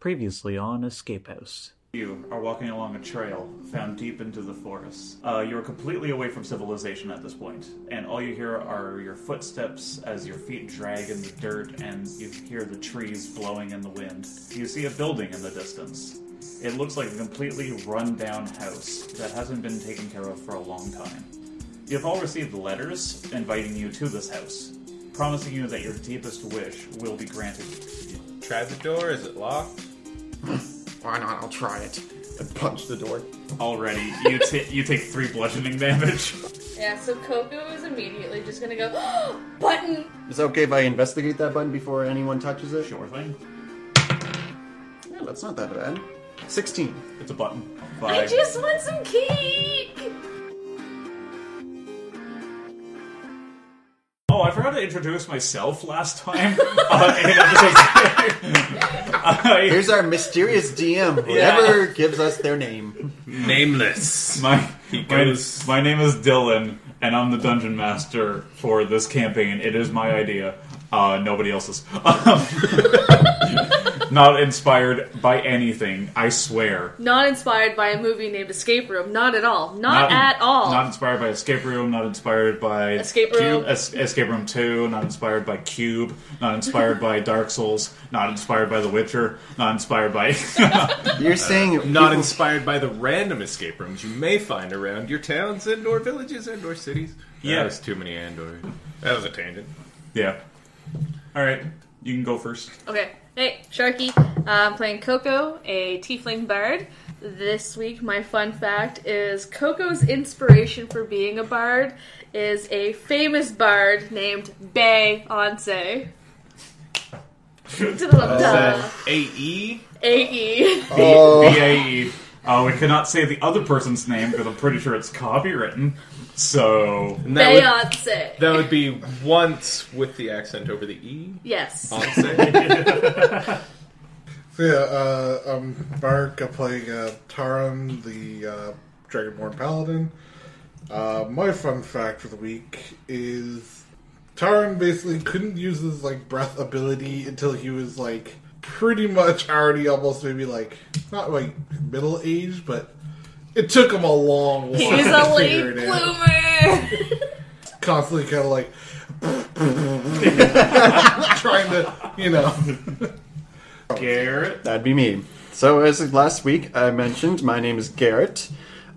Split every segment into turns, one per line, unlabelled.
Previously on Escape House.
You are walking along a trail found deep into the forest. Uh, you're completely away from civilization at this point, and all you hear are your footsteps as your feet drag in the dirt and you hear the trees blowing in the wind. You see a building in the distance. It looks like a completely run down house that hasn't been taken care of for a long time. You've all received letters inviting you to this house, promising you that your deepest wish will be granted.
Try the door. Is it locked?
Why not? I'll try it. And punch the door.
Already, you, ta you take three bludgeoning damage.
Yeah, so Coco is immediately just gonna go, button!
Is it okay if I investigate that button before anyone touches it?
Sure thing.
Yeah, that's not that bad. 16.
It's a button.
I
Bye.
just want some cake!
Oh, I forgot to introduce myself last time. uh, in episode- I-
Here's our mysterious DM,
Yeah.
whoever gives us their name.
Nameless.
my, my,
goes-
my name is Dylan, and I'm the dungeon master for this campaign. It is my idea, uh, nobody else's. Um, Not inspired by anything, I swear.
Not inspired by a movie named Escape Room. Not at all. Not, at all.
Not inspired by Escape Room. Not inspired by
Escape
Cube-
Room.
Es- Escape Room Two. Not inspired by Cube. Not inspired by Dark Souls. Not inspired by The Witcher. Not inspired by.
You're saying
Not
people-
inspired by the random escape rooms you may find around your towns and or villages and or cities.
Yeah.
That was too many and or. That was a tangent.
yeah. All right, you can go first.
Okay. Hey, Sharky. Uh, I'm playing Coco, a tiefling bard. This week, my fun fact is Coco's inspiration for being a bard is a famous bard named Bay Onse. Da-da-da-da.
AE?
AE.
B A E. Uh, we cannot say the other person's name because I'm pretty sure it's copywritten. So
And that, would,
Beyonce.
that would be once with the accent over the E.
Yes.
I'll say.
So yeah, uh, I'm Bark. I'm playing uh, Taran, the uh, Dragonborn Paladin. Uh, my fun fact for the week is Taran basically couldn't use his like breath ability until he was like pretty much already almost maybe like not like middle age, but it took him a long while.
He's a
to figure
late
it out.
bloomer.
Constantly kind of like trying to, you know.
Garrett,
That'd be me. So, as of last week I mentioned, my name is Garrett.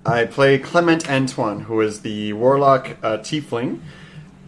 I play Clement Antoine, who is the Warlock uh, Tiefling.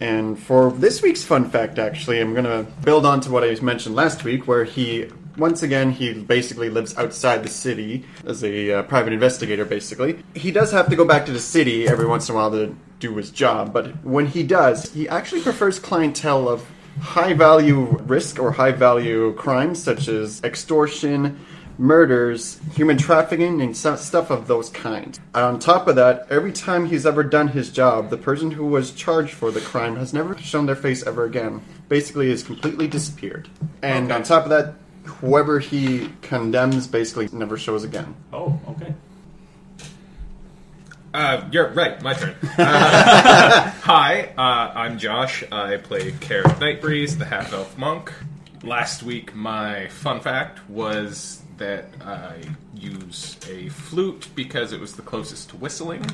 And for this week's fun fact, actually, I'm going to build on to what I mentioned last week, where he, once again, he basically lives outside the city as a uh, private investigator, basically. He does have to go back to the city every once in a while to do his job, but when he does, he actually prefers clientele of high value risk or high value crimes such as extortion, murders, human trafficking, and stu- stuff of those kinds. And on top of that, every time he's ever done his job, the person who was charged for the crime has never shown their face ever again. Basically, has completely disappeared. And on top of that, whoever he condemns basically never shows again.
Oh, okay.
Uh, you're right. My turn. Uh, hi, uh, I'm Josh. I play Carrot Nightbreeze, the half elf monk. Last week, my fun fact was that I use a flute because it was the closest to whistling.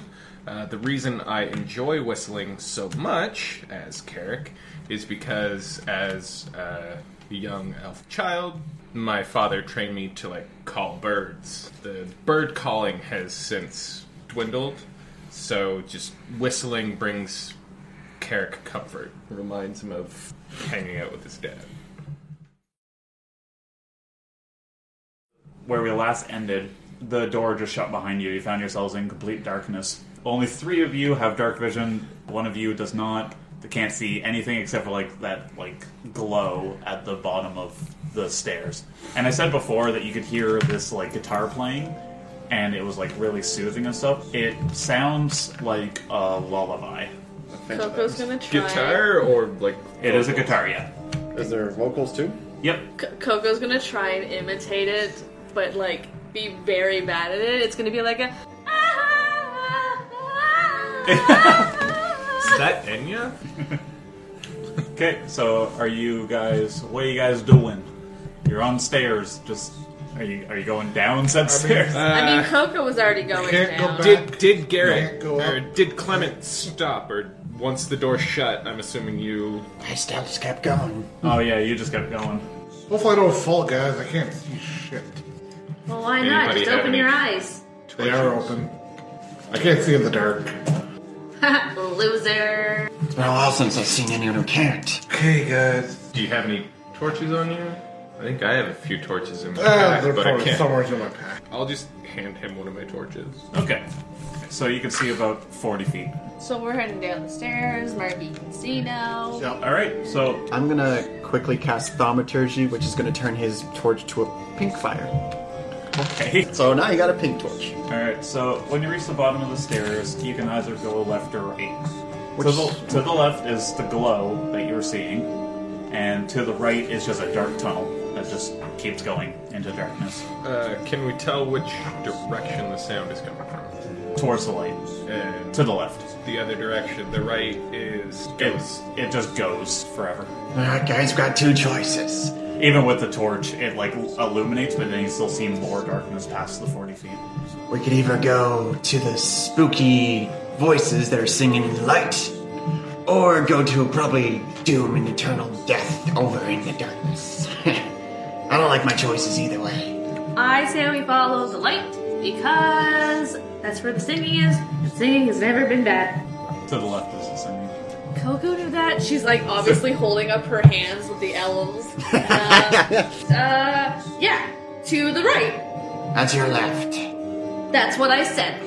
Uh, the reason I enjoy whistling so much as Carrick is because as uh, a young elf child, my father trained me to like call birds. The bird calling has since dwindled. So just whistling brings Carrick comfort. Reminds him of hanging out with his dad.
where we last ended, the door just shut behind you. You found yourselves in complete darkness. Only three of you have dark vision. One of you does not. They can't see anything except for like that like glow at the bottom of the stairs. And I said before that you could hear this like guitar playing, and it was like really soothing and stuff. It sounds like a lullaby.
Coco's gonna try.
Guitar or like
It is a guitar, yeah.
Is there vocals too?
Yep.
C- Coco's gonna try and imitate it, but like be very bad at it. It's gonna be like a.
Is that Enya?
Okay. So are you guys? What are you guys doing? You're on stairs, just Are you are you going down some
I mean,
stairs?
I mean, Coco was already going
can't Uh, go
down.
Did
back.
did Garrett
Go up.
or did Clement stop or once the door shut? I'm assuming you.
I stopped, just kept going.
oh yeah, you just kept going.
Hopefully, I don't fall, guys. I can't see shit.
Well, why not?
Anybody
Just
have
open
any-
your eyes.
They are open. I can't see in the dark.
Loser.
It's been a while since I've seen anyone who can't.
Okay, guys.
Do you have any torches on you? I think I have a few torches in my
Ah,
pack,
they're
but I
probably
can't.
somewhere in my pack.
I'll just hand him one of my torches.
Okay, so you can see about forty feet.
So we're heading down the stairs. Marky can see now.
Yeah.
All right, so
I'm gonna quickly cast Thaumaturgy, which is gonna turn his torch to a pink fire.
okay.
So now you got a pink torch.
All right, so when you reach the bottom of the stairs, you can either go left or right.
Which
To the, to the left is the glow that you're seeing, and to the right is just a dark tunnel that just keeps going into darkness
Uh, can we tell which direction the sound is coming from?
towards the light.
And
To the left,
the other direction, the right is
it,
goes.
it just goes forever.
Alright, guys, we've got two choices.
Even with the torch, it like illuminates, but then you still see more darkness past the forty feet.
We could either go to the spooky voices that are singing in the light, or go to probably doom and eternal death over in the darkness. I don't like my choices either way.
I say we follow the light because that's where the singing is. Singing has never been bad.
To the left is the same.
Coco do that? She's like obviously holding up her hands with the L's. Uh, uh, yeah, to the right.
That's your left.
That's what I said.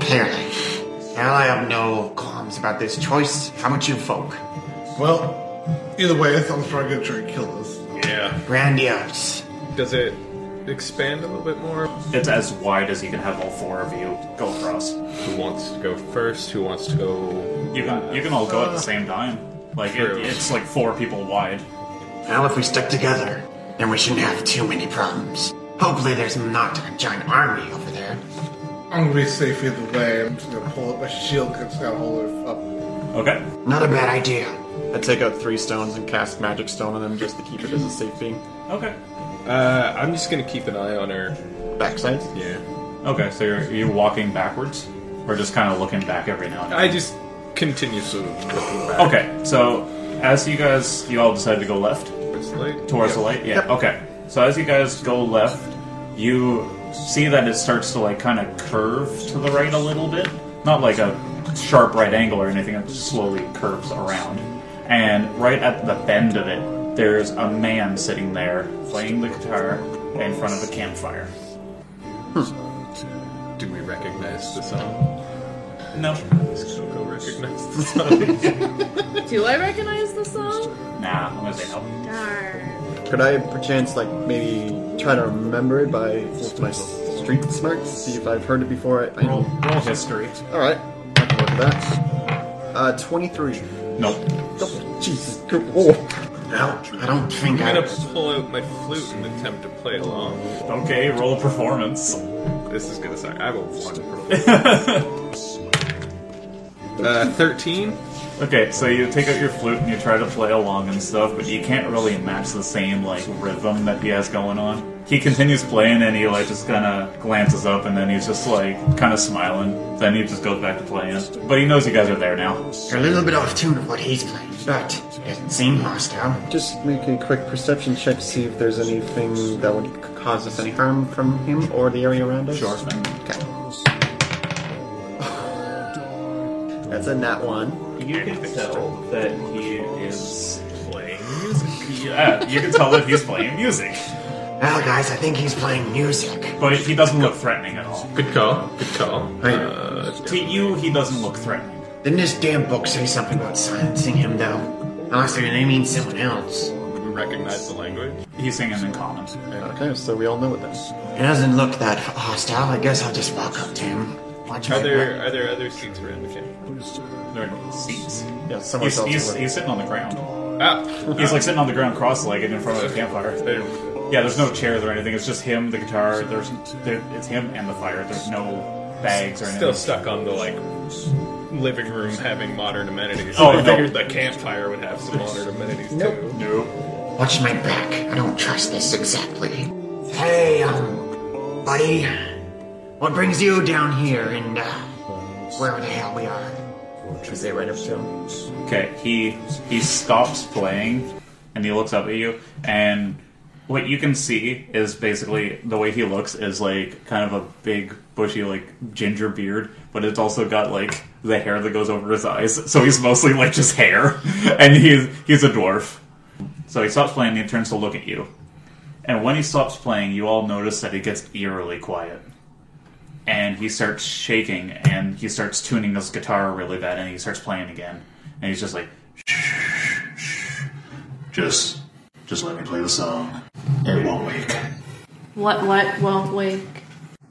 Clearly. Hell, I have no qualms about this choice. How about you folk?
Well, either way, someone's probably gonna try and kill us.
Yeah.
Grandiose.
Does it expand a little bit more?
It's as wide as you can have all four of you go across.
Who wants to go first? Who wants to go?
You can you can all go at the same time. Like it,
True.
it's like four people wide.
Well, if we stick together, then we shouldn't have too many problems. Hopefully, there's not a giant army over there.
I'm gonna be safe either way. I'm just gonna pull up my shield because it's gotta hold it up.
Okay.
Not a bad idea. I take out three stones and cast Magic Stone on them just to keep it as a safe being.
Okay.
Uh, I'm just gonna keep an eye on her.
Backside?
Yeah.
Okay, so you're, you walking backwards, or just kind of looking back every now and then?
I just continuously looking back.
Okay, so as you guys, you all decide to go left
It's late.
towards the
Yep.
light. Yeah. Okay. So as you guys go left, you see that it starts to like kind of curve to the right a little bit, not like a sharp right angle or anything. It just slowly curves around, and right at the bend of it, there's a man sitting there playing the guitar in front of a campfire.
Do we recognize the song?
No.
Does Coco recognize the song?
Do I recognize the song?
Nah, I'm gonna say no.
Darn.
Could I perchance, like, maybe try to remember it by my street smarts? See if I've heard it before? I,
Roll, roll history.
Alright, I can look at that. Uh, 23.
Nope.
Oh, Jesus, good roll. No, I don't think
I'm gonna pull out my flute and attempt to play along.
Okay, roll performance.
This is gonna suck. I will one. Uh, thirteen.
okay, so you take out your flute and you try to play along and stuff, but you can't really match the same like rhythm that he has going on. He continues playing and he like just kind of glances up and then he's just like kind of smiling. Then he just goes back to playing, but he knows you guys are there now.
You're a little bit off tune of what he's playing, but it doesn't seem hostile. Just make a quick perception check to see if there's anything that would c- cause us any harm from him or the area around us.
Sure.
Okay. That's a nat one.
You can tell that he is.
Playing music.
Yeah, you can tell that he's playing music,
Well, guys, I think he's playing music.
but he doesn't look threatening at all.
Good call. Good call.
Hey.
Uh,
To you, he doesn't look threatening.
Didn't this damn book say something about silencing him, though? Unless they mean someone else.
we recognize the language.
He's singing in common.
Okay, so we all know what that is. It doesn't look that hostile. I guess I'll just walk up to him. Watch
Are there are there other seats around the camp?
There are seats.
Yeah, someone
He's,
else.
he's,
will-
he's sitting on the ground.
Ah,
He's like sitting on the ground cross-legged in front of a campfire.
there.
Yeah, there's no chairs or anything. It's just him, the guitar. There's there, it's him and the fire. There's no bags or anything.
Still stuck on the like living room having modern amenities.
Oh,
I
no.
figured the campfire would have some modern amenities too.
Nope.
Watch my back. I don't trust this exactly. Hey, um, I'm
buddy. What brings you down here and uh, wherever the hell we are? Is they right up to him?
Okay, he he stops playing and he looks up at you and what you can see is basically the way he looks is like kind of a big bushy like ginger beard, but it's also got like the hair that goes over his eyes. So he's mostly like just hair and he's he's a dwarf. So he stops playing and he turns to look at you. And when he stops playing, you all notice that he gets eerily quiet and he starts shaking and he starts tuning his guitar really bad and he starts playing again and he's just like
Just, just let me play the song. It won't wake
What, what won't wake?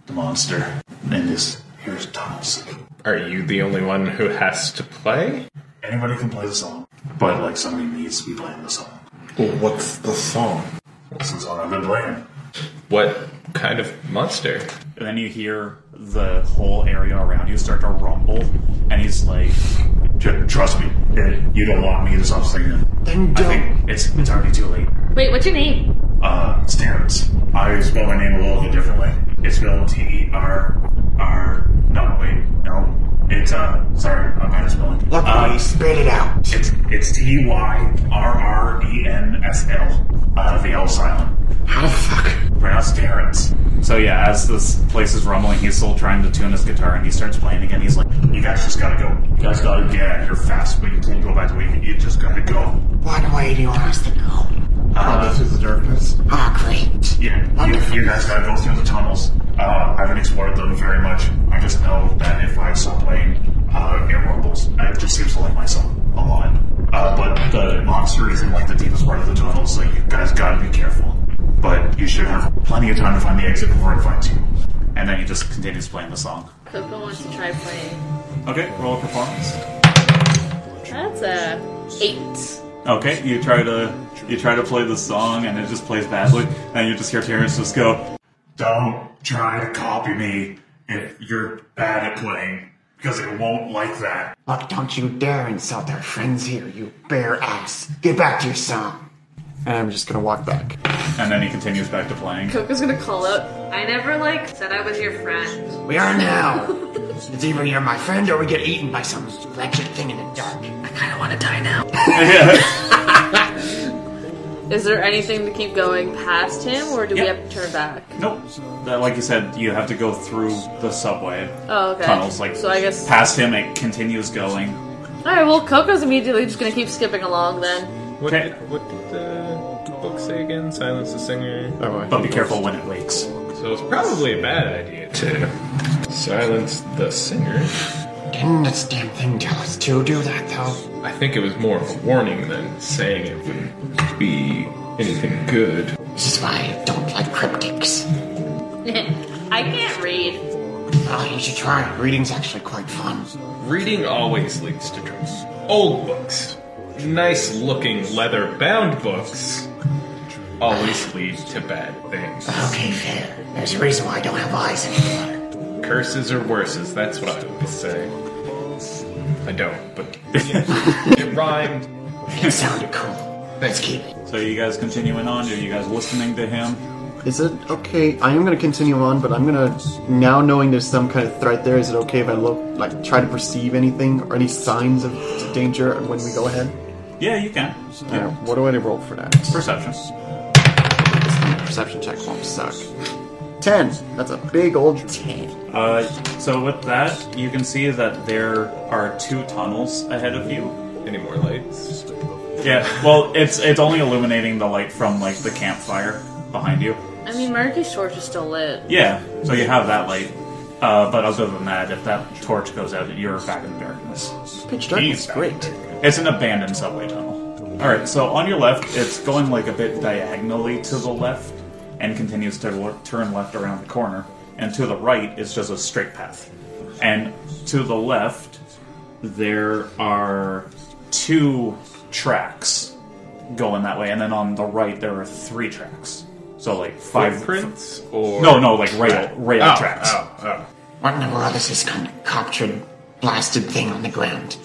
the monster. And this here's tunnels.
Are you the only one who has to play?
Anybody can play the song, but like somebody needs to be playing the song.
Well, what's the song?
This is all I've been playing.
What kind of monster?
and then you hear the whole area around you start to rumble and he's like
Ju- trust me, it, you don't want me to stop singing.
Then
I
don't.
think it's it's already too late.
Wait, what's your name?
Uh, Stans. I spell my name a little bit differently. It's spelled T E R R. No, wait, no. It's uh, sorry, I'm bad at spelling.
Look, buddy,
Uh,
spit it out.
It's it's T Y R R E N S L. Uh, the L silent.
How the fuck?
Pronounced Terrence.
so yeah as this place is rumbling he's still trying to tune his guitar and he starts playing again he's like
You guys just gotta go. You guys gotta get out of here fast, but you can't go back the way you just gotta go.
What way do you want us to go?
I'll go through the darkness.
Ah, great.
Yeah, you, you guys gotta go through the tunnels. Uh, I haven't explored them very much. I just know that if I stop playing, uh, it rumbles. It just seems to like my song a lot. Uh, but the monster is in like the deepest part of the tunnel, so you guys gotta be careful. But you should have plenty of time to find the exit before it finds you.
and then he just continues playing the song
Coco wants to try playing.
okay roll a performance
That's a eight.
okay you try to you try to play the song and it just plays badly and you just hear terrence just go
Don't try to copy me if you're bad at playing, because it won't like that.
Look, don't you dare insult our friends here, you bare ass. Get back to your song.
And I'm just gonna walk back.
and then he continues back to playing
Coco's gonna call out. I never like said I was your friend.
We are now. it's either you're my friend or we get eaten by some wretched thing in the dark. I kinda wanna die now.
Is there anything to keep going past him, or do we
Yeah.
have to turn back?
Nope. That, like you said, you have to go through the subway
Oh, okay.
tunnels. Like
so, I guess.
past him, it continues going.
All right. Well, Coco's immediately just gonna keep skipping along then.
What,
Okay.
did, what did the book say again? Silence the singer.
Oh, I
But be
think-
careful when it wakes.
So it's probably a bad idea to silence the singer.
Didn't this damn thing tell us to do that, though?
I think it was more of a warning than saying it would be anything good.
This is why I don't like cryptics.
I can't read.
Oh, you should try. it. Reading's actually quite fun.
Reading always leads to drugs. Old books, nice looking leather bound books, always lead to bad things.
Okay, fair. There's a reason why I don't have eyes anymore.
Curses or worses, that's what I would say. I don't, but it rhymed.
It sounded cool. Let's keep it.
So you guys continuing on? Are you guys listening to him?
Is it okay? I am gonna continue on, but I'm gonna now knowing there's some kind of threat there. Is it okay if I look like try to perceive anything or any signs of danger when we go ahead?
Yeah, you can.
Uh, what do I roll for that?
Perception.
Perception check won't suck. Ten. That's a big old ten.
Uh, so with that, you can see that there are two tunnels ahead of you.
Any more lights?
Yeah. Well, it's it's only illuminating the light from like the campfire behind you.
I mean, Marky's torch is still lit.
Yeah. So you have that light. Uh, but other than that, if that torch goes out, you're back in darkness.
Pitch darkness. Great.
It's an abandoned subway tunnel. All right, so on your left, it's going like a bit diagonally to the left and continues to lo- turn left around the corner. And to the right is just a straight path. And to the left, there are two tracks going that way, and then on the right, there are three tracks. So like five
Footprints or
No, no, like rail rail
Oh,
tracks.
oh, oh.
What in the world is this kind of captured, blasted thing on the ground?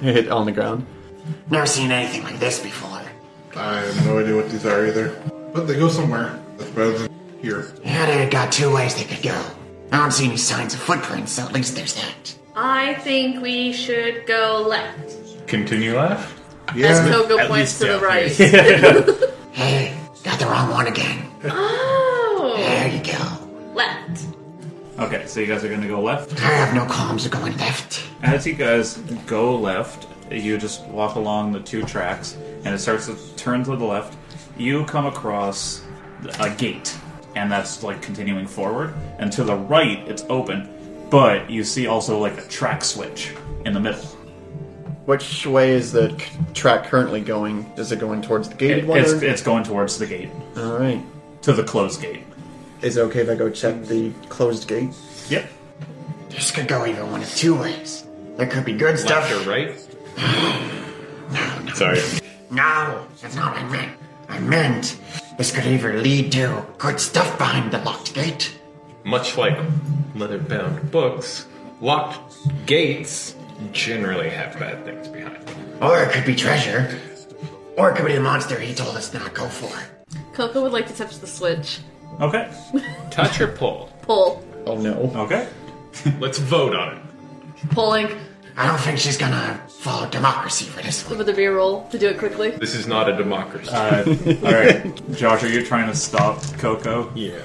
Hit on the ground.
Never seen anything like this before.
I have no idea what these are either. But they go somewhere. That's better than
here.
Yeah, they got two ways they could go. I don't see any signs of footprints, so at least there's that.
I think we should go left.
Continue left.
As
Yeah.
Kogo
At least
points to the
down
right.
Hey, got the wrong one again.
Oh,
There you go.
left.
Okay, so you guys are gonna go left.
I have no qualms of going left.
As you guys go left, you just walk along the two tracks, and it starts to turn to the left. You come across a gate, and that's like continuing forward. And to the right, it's open, but you see also like a track switch in the middle.
Which way is the c- track currently going? Is it going towards the gated
It-
one?
it's,
or-
it's going towards the gate,
All right.
to the closed gate.
Is it okay if I go check the closed gate?
Yep.
This could go either one of two ways. There could be good stuff.
Left or right?
No, no.
Sorry.
No, that's not what I meant. I meant this could either lead to good stuff behind the locked gate.
Much like leather-bound books, locked gates generally have bad things behind them.
Or it could be treasure. Or it could be the monster he told us not to go for.
Coco would like to touch the switch.
Okay.
Touch or pull.
Pull.
Oh no.
Okay.
Let's vote on it.
Pulling
I don't think she's gonna follow democracy for this one.
with a reroll to do it quickly.
This is not a democracy.
Uh, all right, Josh, are you trying to stop Coco?
yeah.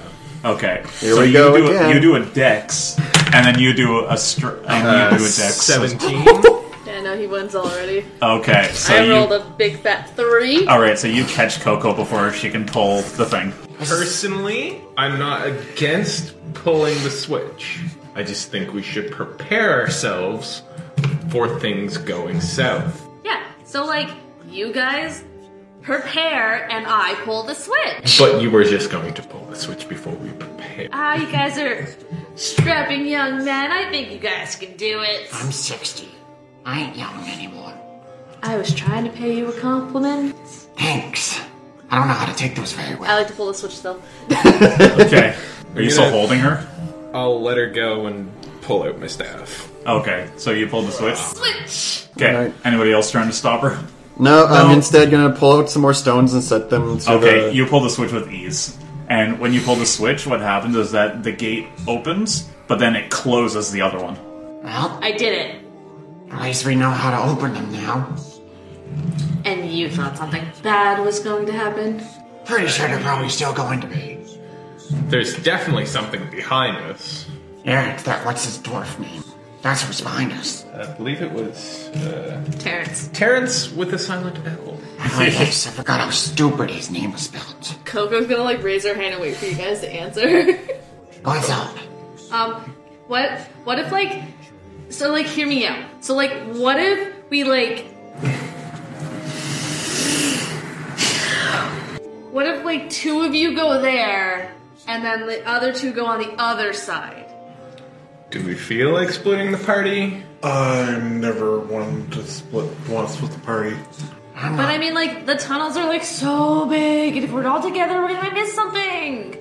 Okay.
Here
so
we
you
go
do
again.
A, you do a dex, and then you do a str- and
Uh,
you do a dex.
Seventeen.
Yeah, no, he wins already.
Okay. So
I rolled
you. Oh.
a big fat three.
All right. So you catch Coco before she can pull the thing.
Personally, I'm not against pulling the switch. I just think we should prepare ourselves for things going south.
Yeah, so like, you guys prepare and I pull the switch.
But you were just going to pull the switch before we prepare.
Ah, you guys are strapping young men. I think you guys can do it.
I'm 60. I ain't young anymore.
I was trying to pay you a compliment.
Thanks. I don't know how to take those very
I
well.
like to pull the switch though.
Okay. Are you still
gonna-
holding her?
I'll let her go and pull out my staff.
Okay. So you pulled the switch.
Switch!
Okay.
Alright.
Anybody else trying to stop her?
No, I'm instead gonna pull out some more stones and set them to
Okay.
the.
You pull the switch with ease, and when you pull the switch, what happens is that the gate opens, but then it closes the other one.
Well,
I did it.
at least we know how to open them now.
And you thought something bad was going to happen.
Pretty sure they're probably still going to be.
There's definitely something behind us.
Yeah, it's that what's his dwarf name? That's who's behind us.
I believe it was uh,
Terrence.
Terrence with the silent L.
I guess I forgot how stupid his name was spelled.
Coco's gonna like raise her hand and wait for you guys to answer.
What's up?
um, what what if like so like hear me out. So like what if we like What if like two of you go there and then the other two go on the other side?
Do we feel like splitting the party?
I'm never one to split once with the party.
I'm
But
not.
I mean like the tunnels are like so big and if we're all together we're gonna miss something.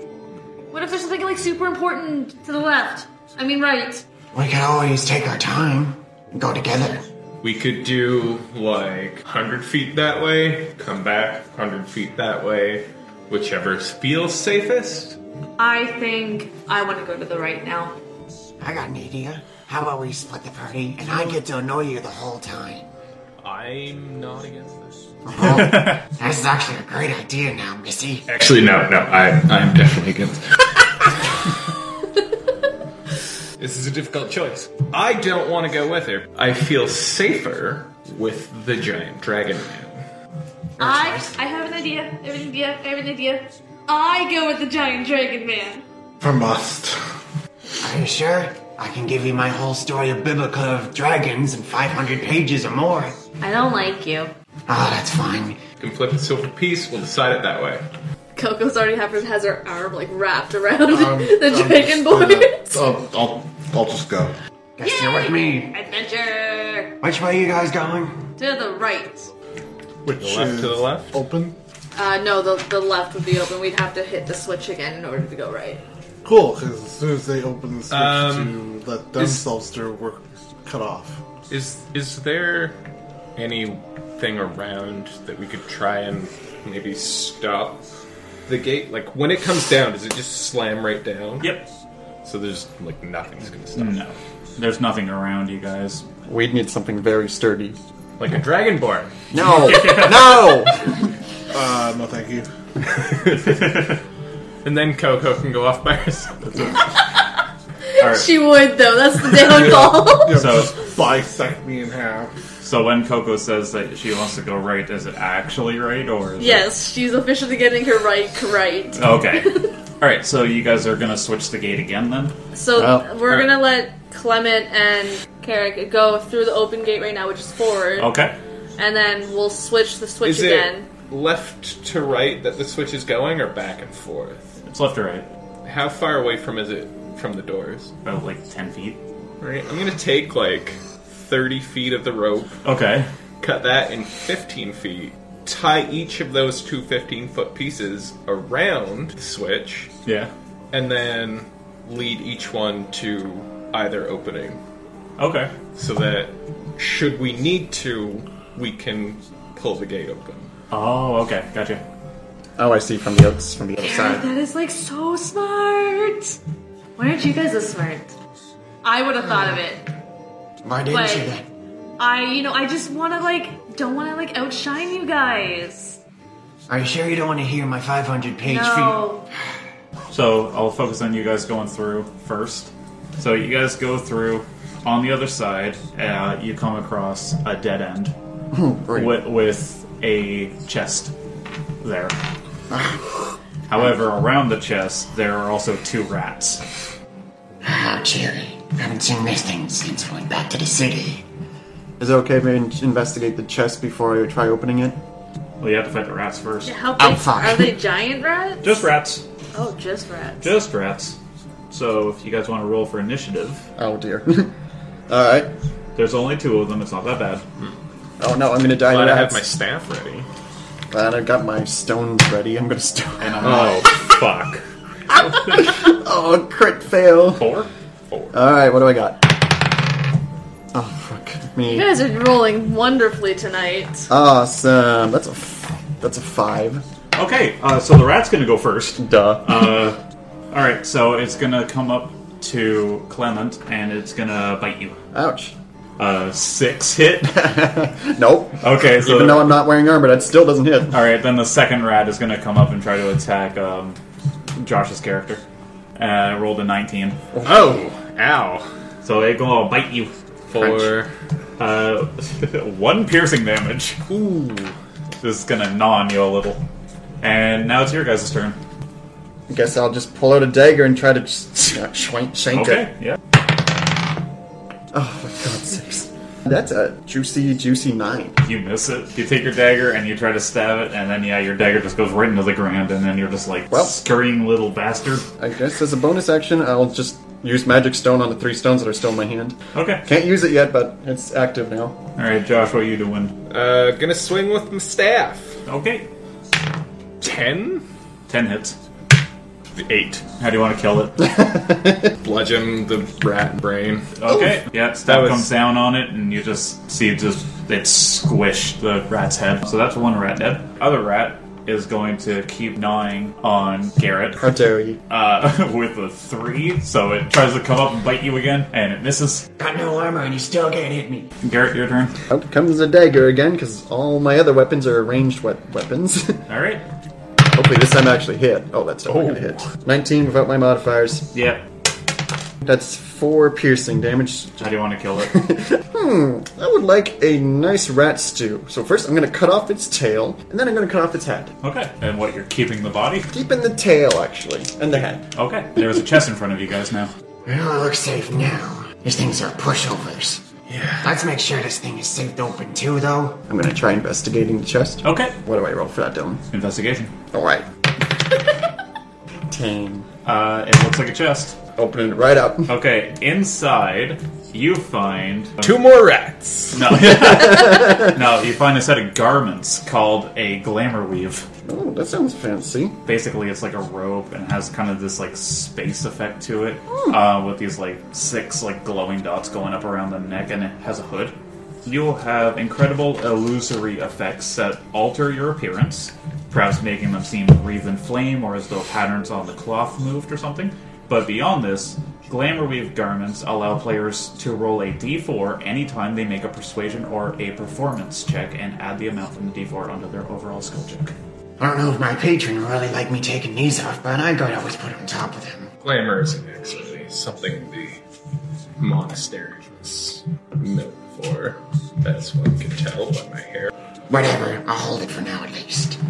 What if there's something like super important to the left? I mean right.
we can always take our time and go together.
We could do like 100 feet that way, come back 100 feet that way, whichever feels safest.
I think I want to go to the right now.
I got an idea. How about we split the party and I get to annoy you the whole time?
I'm not against this.
Oh, that's actually a great idea now, Missy.
Actually, no, no, I'm, I'm definitely against This is a difficult choice. I don't want to go with her. I feel safer with the giant dragon man.
I I have an idea. I have an idea. I have an idea. I go with the giant dragon man.
I must.
Are you sure? I can give you my whole story of Biblica of dragons in 500 pages or more.
I don't like you.
Ah, that's fine.
Can flip a silver piece, we'll decide it that way.
Coco's already have, has her arm like wrapped around
Um,
I'm-
the
I'm
dragon
just
boy.
gonna- I'll, I'll, I'll just go.
Guess uh, you're with me.
Adventure
Which way you guys going?
to the right.
Which
The left to
is
the left?
Open.
Uh, no, the the left would be open. We'd have to hit the switch again in order to go right.
Cool, because as soon as they open the switch
Um,
to let themselves their work cut off.
Is is there anything around that we could try and maybe stop the gate, like when it comes down, does it just slam right down?
Yep.
So there's like nothing's gonna stop.
No. There's nothing around you guys.
We'd need something very sturdy.
Like a dragonborn.
No! no!
Uh, no, thank you.
And then Coco can go off by herself.
Alright.
She would though. That's the downfall.
You know,
So-
just bisect me in half.
So when Coco says that she wants to go right, is it actually right or is it-
yes, she's officially getting her right right.
Okay. Alright, so you guys are gonna switch the gate again then?
So
Well,
we're
all right.
gonna let Clement and Carrick go through the open gate right now, which is forward,
Okay.
and then we'll switch the switch
Is
again.
it left to right that the switch is going, or back and forth?
It's left or right.
How far away from is it from the doors?
About like ten feet.
Right. I'm gonna take like 30 feet of the rope,
Okay.
cut that in 15 feet, tie each of those two 15 foot pieces around the switch,
Yeah.
and then lead each one to either opening,
Okay.
so that should we need to, we can pull the gate open.
Oh, okay. Gotcha.
Oh, I see from the outs from the other
Eric,
side.
that is like so smart. Why aren't you guys as smart? I would have thought of it.
Why didn't you
Like-
then?
I, you know, I just want to like, don't want to like outshine you guys.
Are you sure you don't want to hear my 500 page
No.
So I'll focus on you guys going through first. So you guys go through. On the other side, uh, you come across a dead end with, with a chest there. However, around the chest, there are also two rats.
Oh, Jerry. Haven't seen this thing since we went back to the city.
Is it okay if I in- investigate the chest before I try opening it?
Well, you have to fight the rats first.
How big
I'm fine.
are they? Giant rats?
Just rats.
Oh, just rats.
Just rats. So if you guys want to roll for initiative,
Oh dear. Alright.
there's only two of them. It's not that bad.
Oh no, I'm gonna die
Glad
to
I have
rats.
my staff ready.
Glad I got my stones ready. I'm gonna stone.
And I'm
Oh, fuck.
Oh, crit fail.
four.
Alright, what do I got? Oh, fuck me.
You guys are rolling wonderfully tonight.
Awesome. That's a f- that's a five.
Okay, uh, so the rat's gonna go first.
Duh.
Uh, all right, so it's gonna come up to Clement and it's gonna bite you.
Ouch.
Uh, six hit.
Nope.
Okay, so
Even though I'm not wearing armor, that still doesn't hit.
all right, then the second rat is gonna come up and try to attack um, Josh's character. Uh, I rolled a nineteen,
Oh, ow.
so it gonna bite you.
For.
Uh, one piercing damage.
Ooh.
This is gonna gnaw on you a little. And now it's your guys' turn.
I guess I'll just pull out a dagger and try to just uh, shwank, shank
Okay,
it.
yeah.
Oh, for God's sakes. That's a juicy, juicy nine.
You miss it. You take your dagger and you try to stab it, and then yeah, your dagger just goes right into the ground, and then you're just like
Well.
scurrying little bastard.
I guess as a bonus action, I'll just use magic stone on the three stones that are still in my hand.
Okay.
Can't use it yet, but it's active now.
All right, Josh, what are you doing?
Uh, gonna swing with my staff.
Okay.
Ten?
Ten hits.
Eight.
How do you want to kill it?
Bludgeon the rat brain.
Okay. Yeah,
That
stab
was-
comes down on it, and you just see it just it squished the rat's head. So that's one rat dead. Other rat is going to keep gnawing on Garrett
How dare you?
uh, with a three. So it tries to come up and bite you again, and it misses.
Got no armor and you still can't hit me.
Garrett, your turn.
Out comes a dagger again, because all my other weapons are ranged we- weapons.
All right.
Hopefully this time I actually hit. Oh, that's definitely gonna hit. 19 without my modifiers.
Yeah.
That's four piercing damage.
How do you want to kill it?
I would like a nice rat stew. So first I'm gonna cut off its tail, and then I'm gonna cut off its head.
okay. And what, you're keeping the body?
Keeping the tail, actually, and the head.
Okay. There's a chest in front of you guys now.
Well, it looks safe now. These things are pushovers. Yeah. Let's make sure this thing is safe to open too, though.
I'm gonna try investigating the chest.
Okay.
What do I roll for that, Dylan?
Investigation.
Alright. Ten.
Uh, it looks like a chest.
Opening it right up.
Okay, inside you find
Two more rats.
No, no, you find a set of garments called a glamour weave.
Oh, that sounds fancy.
Basically, it's like a robe and has kind of this like space effect to it, uh, with these like six like glowing dots going up around the neck, and it has a hood. You'll have incredible illusory effects that alter your appearance, perhaps making them seem wreathed in flame or as though patterns on the cloth moved or something. But beyond this, glamour weave garments allow players to roll a d4 anytime they make a persuasion or a performance check and add the amount from the d4 onto their overall skill check.
I don't know if my patron will really like me taking these off, but I gotta always put on top of them.
Glamour is actually something the monastery was known for. That's what I could tell by my hair.
Whatever, I'll hold it for now at least.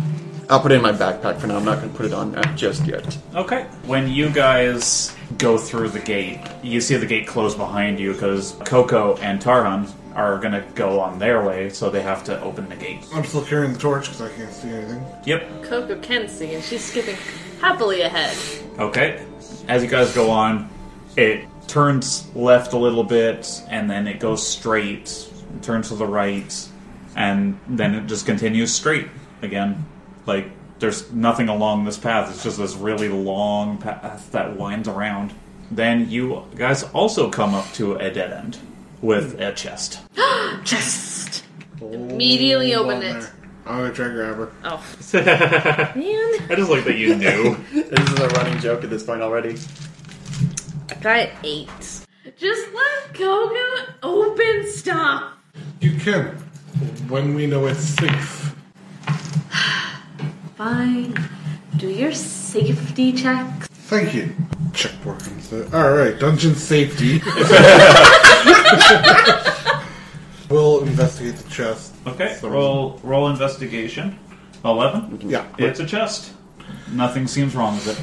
I'll put it in my backpack for now. I'm not going to put it on Matt just yet.
Okay. When you guys go through the gate, you see the gate close behind you because Coco and Tarhan are gonna go on their way, so they have to open the gate.
I'm still carrying the torch because I can't see anything.
Yep.
Coco can see, and she's skipping happily ahead.
Okay. As you guys go on, it turns left a little bit, and then it goes straight, and turns to the right, and then it just continues straight again. Like, there's nothing along this path. It's just this really long path that winds around. Then you guys also come up to a dead end with a chest.
Just Oh, immediately
Hold
open
on
it.
there. I'm gonna try and grab her.
Oh,
I
man.
just like that you knew.
This is a running joke at this point already.
I got eight. Just let Coco open stuff.
You can. When we know it's safe.
Fine. Do your safety checks.
Thank you. Checkboard comes in. Alright, dungeon safety. we'll investigate the chest.
Okay,
So-
roll roll investigation. Eleven.
Yeah.
It's a chest. Nothing seems wrong with it.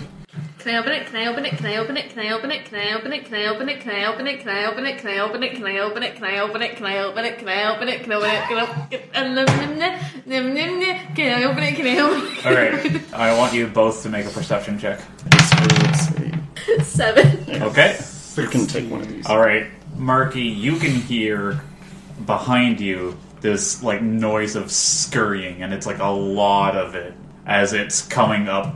Can I open it? Can I open it? Can I open it? Can I open it? Can I open it? Can I open it? Can I open it? Can I open it? Can I open it? Can I open it? Can I open it? Can I open it? Can I open it? Can I open it? Can I open it? Can I open it? Can I open it? Can I open it?
All right, I want you both to make a perception check.
Seven.
Okay.
You can take one of these.
All right, Marky, you can hear behind you this like noise of scurrying, and it's like a lot of it as it's coming up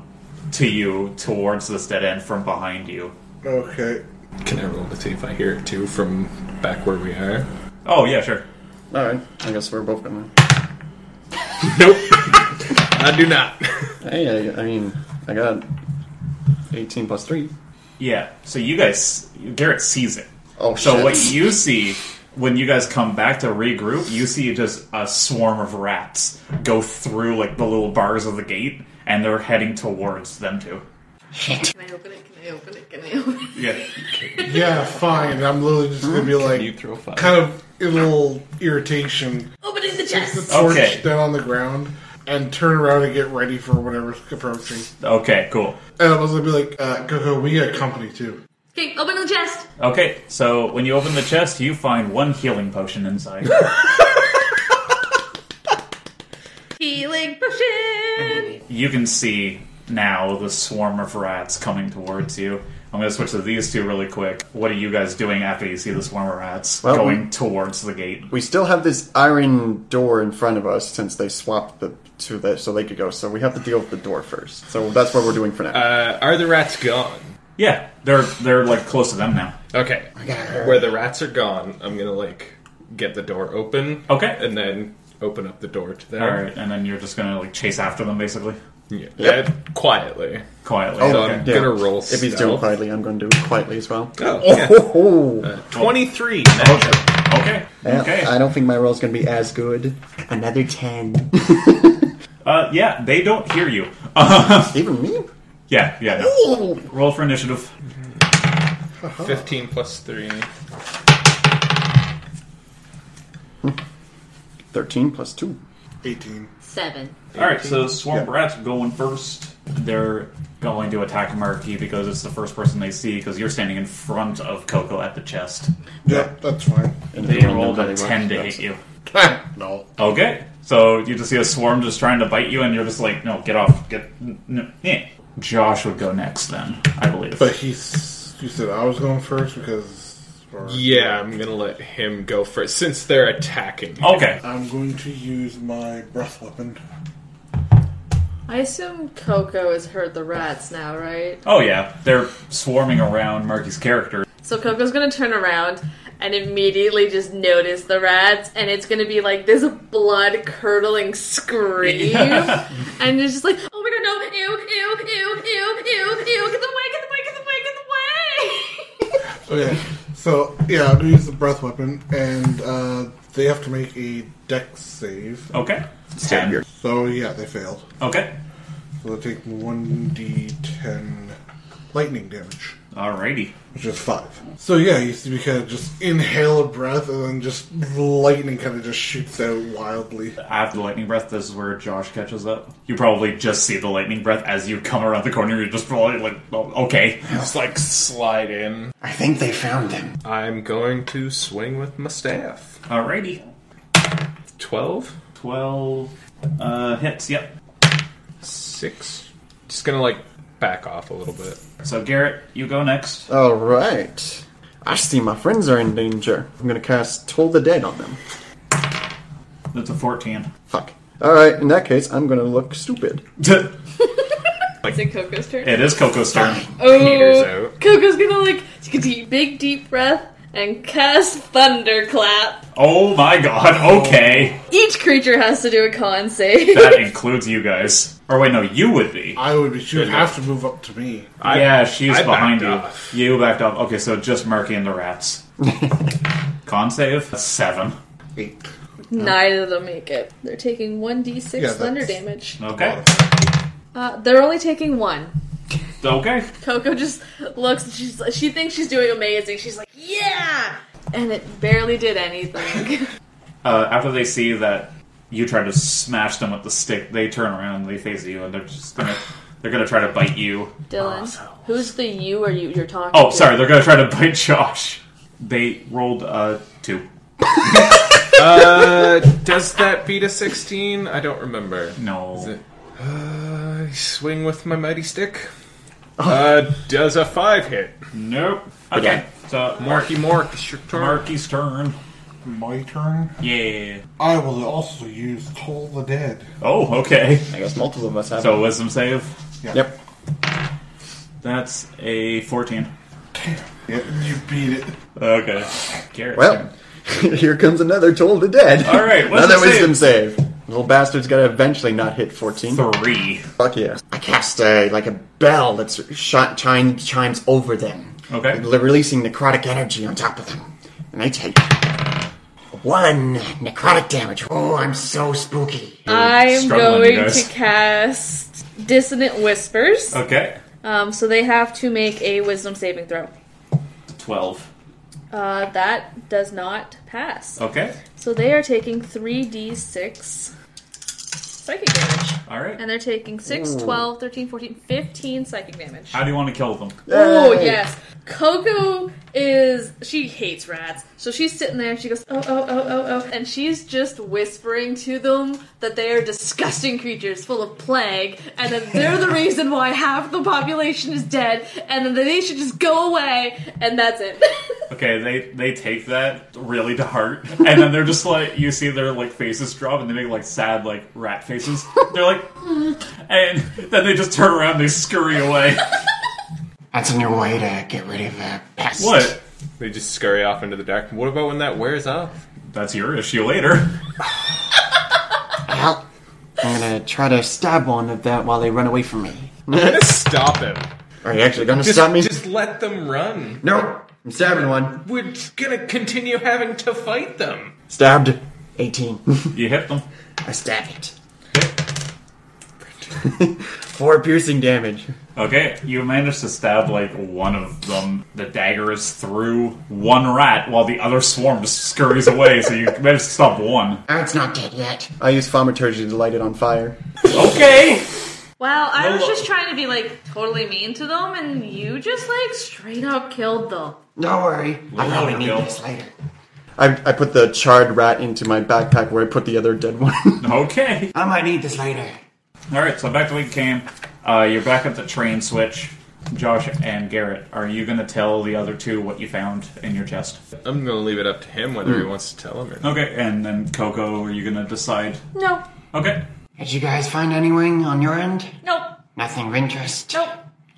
to you towards this dead end from behind you.
Okay.
Can I roll to see if I hear it too from back where we are?
Oh yeah, sure.
All right. I guess we're both going
Nope. I do not.
to. Hey, I, I mean, I got 18 plus 3.
Yeah. So you guys, Garrett sees it.
Oh,
So
shit.
what you see when you guys come back to regroup, you see just a swarm of rats go through like the little bars of the gate, and they're heading towards them too.
Can I open it? Can I open it? Can I open it?
Yeah.
Yeah, fine. I'm literally just gonna be like,
throw five.
kind of in a little irritation.
Opening the
The
chest.
torch
Okay.
down on the ground and turn around and get ready for whatever's approaching.
Okay. Cool.
And I was gonna be like, uh, Coco, we got company too.
Okay, open the chest.
Okay. So when you open the chest, you find one healing potion inside.
Healing potion.
you can see now the swarm of rats coming towards you. I'm going to switch to these two really quick. What are you guys doing after you see the swarm of rats
Well,
going towards the gate?
We still have this iron door in front of us since they swapped the two there so they could go. So we have to deal with the door first. So that's what we're doing for now.
Uh, are the rats gone?
Yeah, they're they're like close to them now.
Okay. Where the rats are gone, I'm gonna like get the door open.
Okay.
And then open up the door to them.
All right, and then you're just gonna like chase after them basically,
Yeah.
Yep.
Uh, quietly.
quietly.
Oh,
So
okay.
I'm gonna roll.
If he's doing
stealth.
quietly, I'm going to do it quietly as well.
Oh,
ho, ho.
yeah. Twenty-three. Magic.
Okay.
Yeah,
Okay.
I don't think my roll's going to be as good.
Another ten.
Uh, yeah, they don't hear you. Uh,
Even me?
yeah, yeah. No.
Oh,
Roll for initiative.
Fifteen plus three.
13 plus 2.
18.
Seven.
All right, so swarm rats going first. They're going to attack Marky because it's the first person they see because you're standing in front of Coco at the chest.
Yeah, that's fine.
And
They
everyone
rolled a
knows that
ten to
he
hit you.
no.
Okay, so you just see a swarm just trying to bite you, and you're just like, no, get off, get. No. eh. Josh would go next then, I believe.
But he's. You said I was going first because. or-
Yeah, I'm gonna let him go first since they're attacking.
Okay.
I'm going to use my breath weapon.
I assume Coco has heard the rats now, right?
Oh yeah, they're swarming around Marky's character.
So Coco's gonna turn around and immediately just notice the rats, and it's gonna be like this blood curdling scream, and it's just like, oh my god, no, ew, ew, ew, ew, ew, ew, get away, get away, get away, get away.
Okay, so yeah, I'm gonna use the breath weapon, and uh, they have to make a dex save.
Okay.
Stab your.
So yeah, they failed.
Okay.
So they take one d10 lightning damage,
Alrighty.
which is five. So yeah, you see, we kind of just inhale a breath, and then just lightning kind of just shoots out wildly.
After the lightning breath, this is where Josh catches up. You probably just see the lightning breath as you come around the corner. You're just probably like, oh, okay.
Just like slide in.
I think they found them.
I'm going to swing with my staff.
Alrighty.
12,
12 uh, hits, yep.
6. Just gonna like back off a little bit.
So, Garrett, you go next.
All right. I see my friends are in danger. I'm gonna cast Toll the Dead on them.
That's a 14.
Fuck. All right. In that case, I'm gonna look stupid.
it
Is it Coco's turn?
is Coco's turn.
Peters out.
Oh, Coco's gonna like take a deep, big deep breath and cast thunderclap.
Oh my god, okay.
Each creature has to do a con save.
That includes you guys. Or wait, no, you would be.
I would be. She would have to move up to me.
yeah, she's
I
behind
backed
you.
off.
You backed up. Okay, so just Murky and the rats. Con save? Seven.
Eight.
Nine of them make it. They're taking one d6
Yeah, that's-
thunder damage.
Okay.
Uh, they're only taking one.
Okay.
Coco just looks. and She's she thinks she's doing amazing. She's like, yeah, and it barely did anything.
uh, after they see that you try to smash them with the stick, they turn around, they face you, and they're just gonna they're gonna try to bite you.
Dylan, who's the you or you you're talking?
Oh,
to?
sorry, they're gonna try to bite Josh. They rolled uh two.
Uh, does that beat a 16? I don't remember.
No.
Uh, swing with my mighty stick. Uh, does a 5 hit.
Nope. Okay. So Mark
Marky Mark, it's your turn.
Marky's turn.
My turn.
Yeah.
I will also use Toll the Dead.
Oh, okay.
I guess multiple of us have.
So wisdom save.
Yeah.
Yep.
That's a fourteen.
Yep, you beat it.
Okay. Garrett's
Well,
turn.
here comes another Toll the Dead.
All right, what's
another
the
wisdom save. Little bastard's gotta eventually not hit 14.
three.
Fuck yeah.
I cast a like a bell that's shot chime, chimes over them,
Okay.
li- releasing necrotic energy on top of them, and they take one necrotic damage. Oh, I'm so spooky.
I'm
Struggling, you
going
guys. Oh.
to cast dissonant whispers.
Okay.
Um, so they have to make a wisdom saving throw.
Twelve.
Uh, that does not pass.
Okay.
So they are taking 3d6 psychic damage.
All right.
And they're taking 6, 12, 13, 14, 15 psychic damage.
How do you want to kill them?
Oh, yes. Coco is. She hates rats. So she's sitting there and she goes, oh, oh, oh, oh, oh. And she's just whispering to them that they are disgusting creatures full of plague and that they're the reason why half the population is dead and that they should just go away. And that's it.
Okay, they they take that really to heart, and then they're just like, you see their like faces drop, and they make like sad like rat faces. They're like, "Mm," and then they just turn around, and they scurry away.
That's a new way to get rid of uh, a pest.
What?
They just scurry off into the dark. What about when that wears off?
That's your issue later.
Well, I'm gonna try to stab one of that while they run away from me.
Just Stop him.
Are you actually gonna
Just,
stop me?
just let them run.
no, I'm stabbing one.
We're gonna continue having to fight them.
Stabbed. 18.
You hit them.
I stab it. Four piercing damage.
Okay, you manage to stab like one of them. The dagger is through one rat, while the other swarm just scurries away. So you manage to stop one.
Oh, it's not dead yet.
I use Thaumaturgy to light it on fire.
Okay.
wow, I was
No.
just trying to be like totally mean to them and you just like straight up killed them.
Don't worry. I probably need
overkill.
this later.
I, I put the charred rat into my backpack where I put the other dead one.
Okay.
I might need this later.
All right, so back to where you came. Uh, you're back at the train switch. Josh and Garrett, are you going to tell the other two what you found in your chest?
I'm gonna leave it up to him whether he wants to tell him or not.
Okay, and then Coco, are you going to decide?
No,
Okay,
Did you guys find anything on your end?
nope,
Nothing of interest?
nope.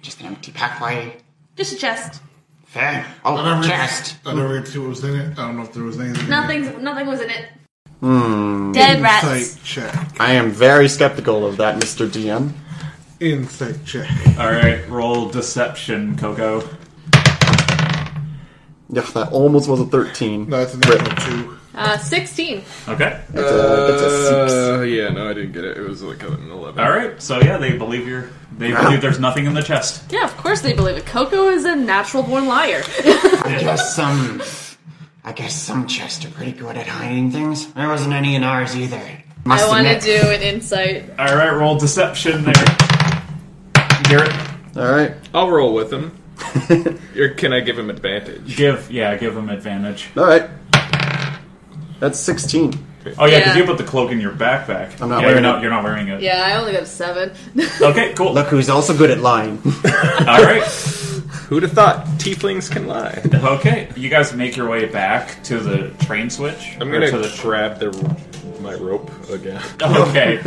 Just an empty pathway.
Just a chest.
Fair.
I never,
Oh, chest.
I never get to what was in it. I don't know if there was anything. in it.
Nothing, nothing was in it. Dead rats.
Insight check.
I am very skeptical of that, Mr. DM.
Insight check.
All right, roll deception, Coco.
Yeah, that almost was a 13.
No, it's a natural two.
Uh, 16.
Okay.
That's a, that's a six.
Uh, yeah, no, I didn't get it. It was like an 11.
All right. So yeah, they believe you're. They believe there's nothing in the chest.
Yeah, of course they believe it. Coco is a natural born liar.
I guess some. I guess some chests are pretty good at hiding things. There wasn't any in ours either. Must
I want to
admit.
do an insight.
All right, roll deception there, Garrett.
Alright.
I'll roll with him. or can I give him advantage?
Give yeah, give him advantage.
Alright. That's 16.
Oh yeah, because
Yeah.
you put the cloak in your backpack.
I'm not
yeah,
wearing
you're not,
it.
You're not wearing it.
Yeah, I only got seven.
Okay, cool.
Look who's also good at lying.
All right.
Who'd have thought tieflings can lie?
Okay, you guys make your way back to the train switch.
I'm
or
gonna
to the
grab the my rope again.
Okay.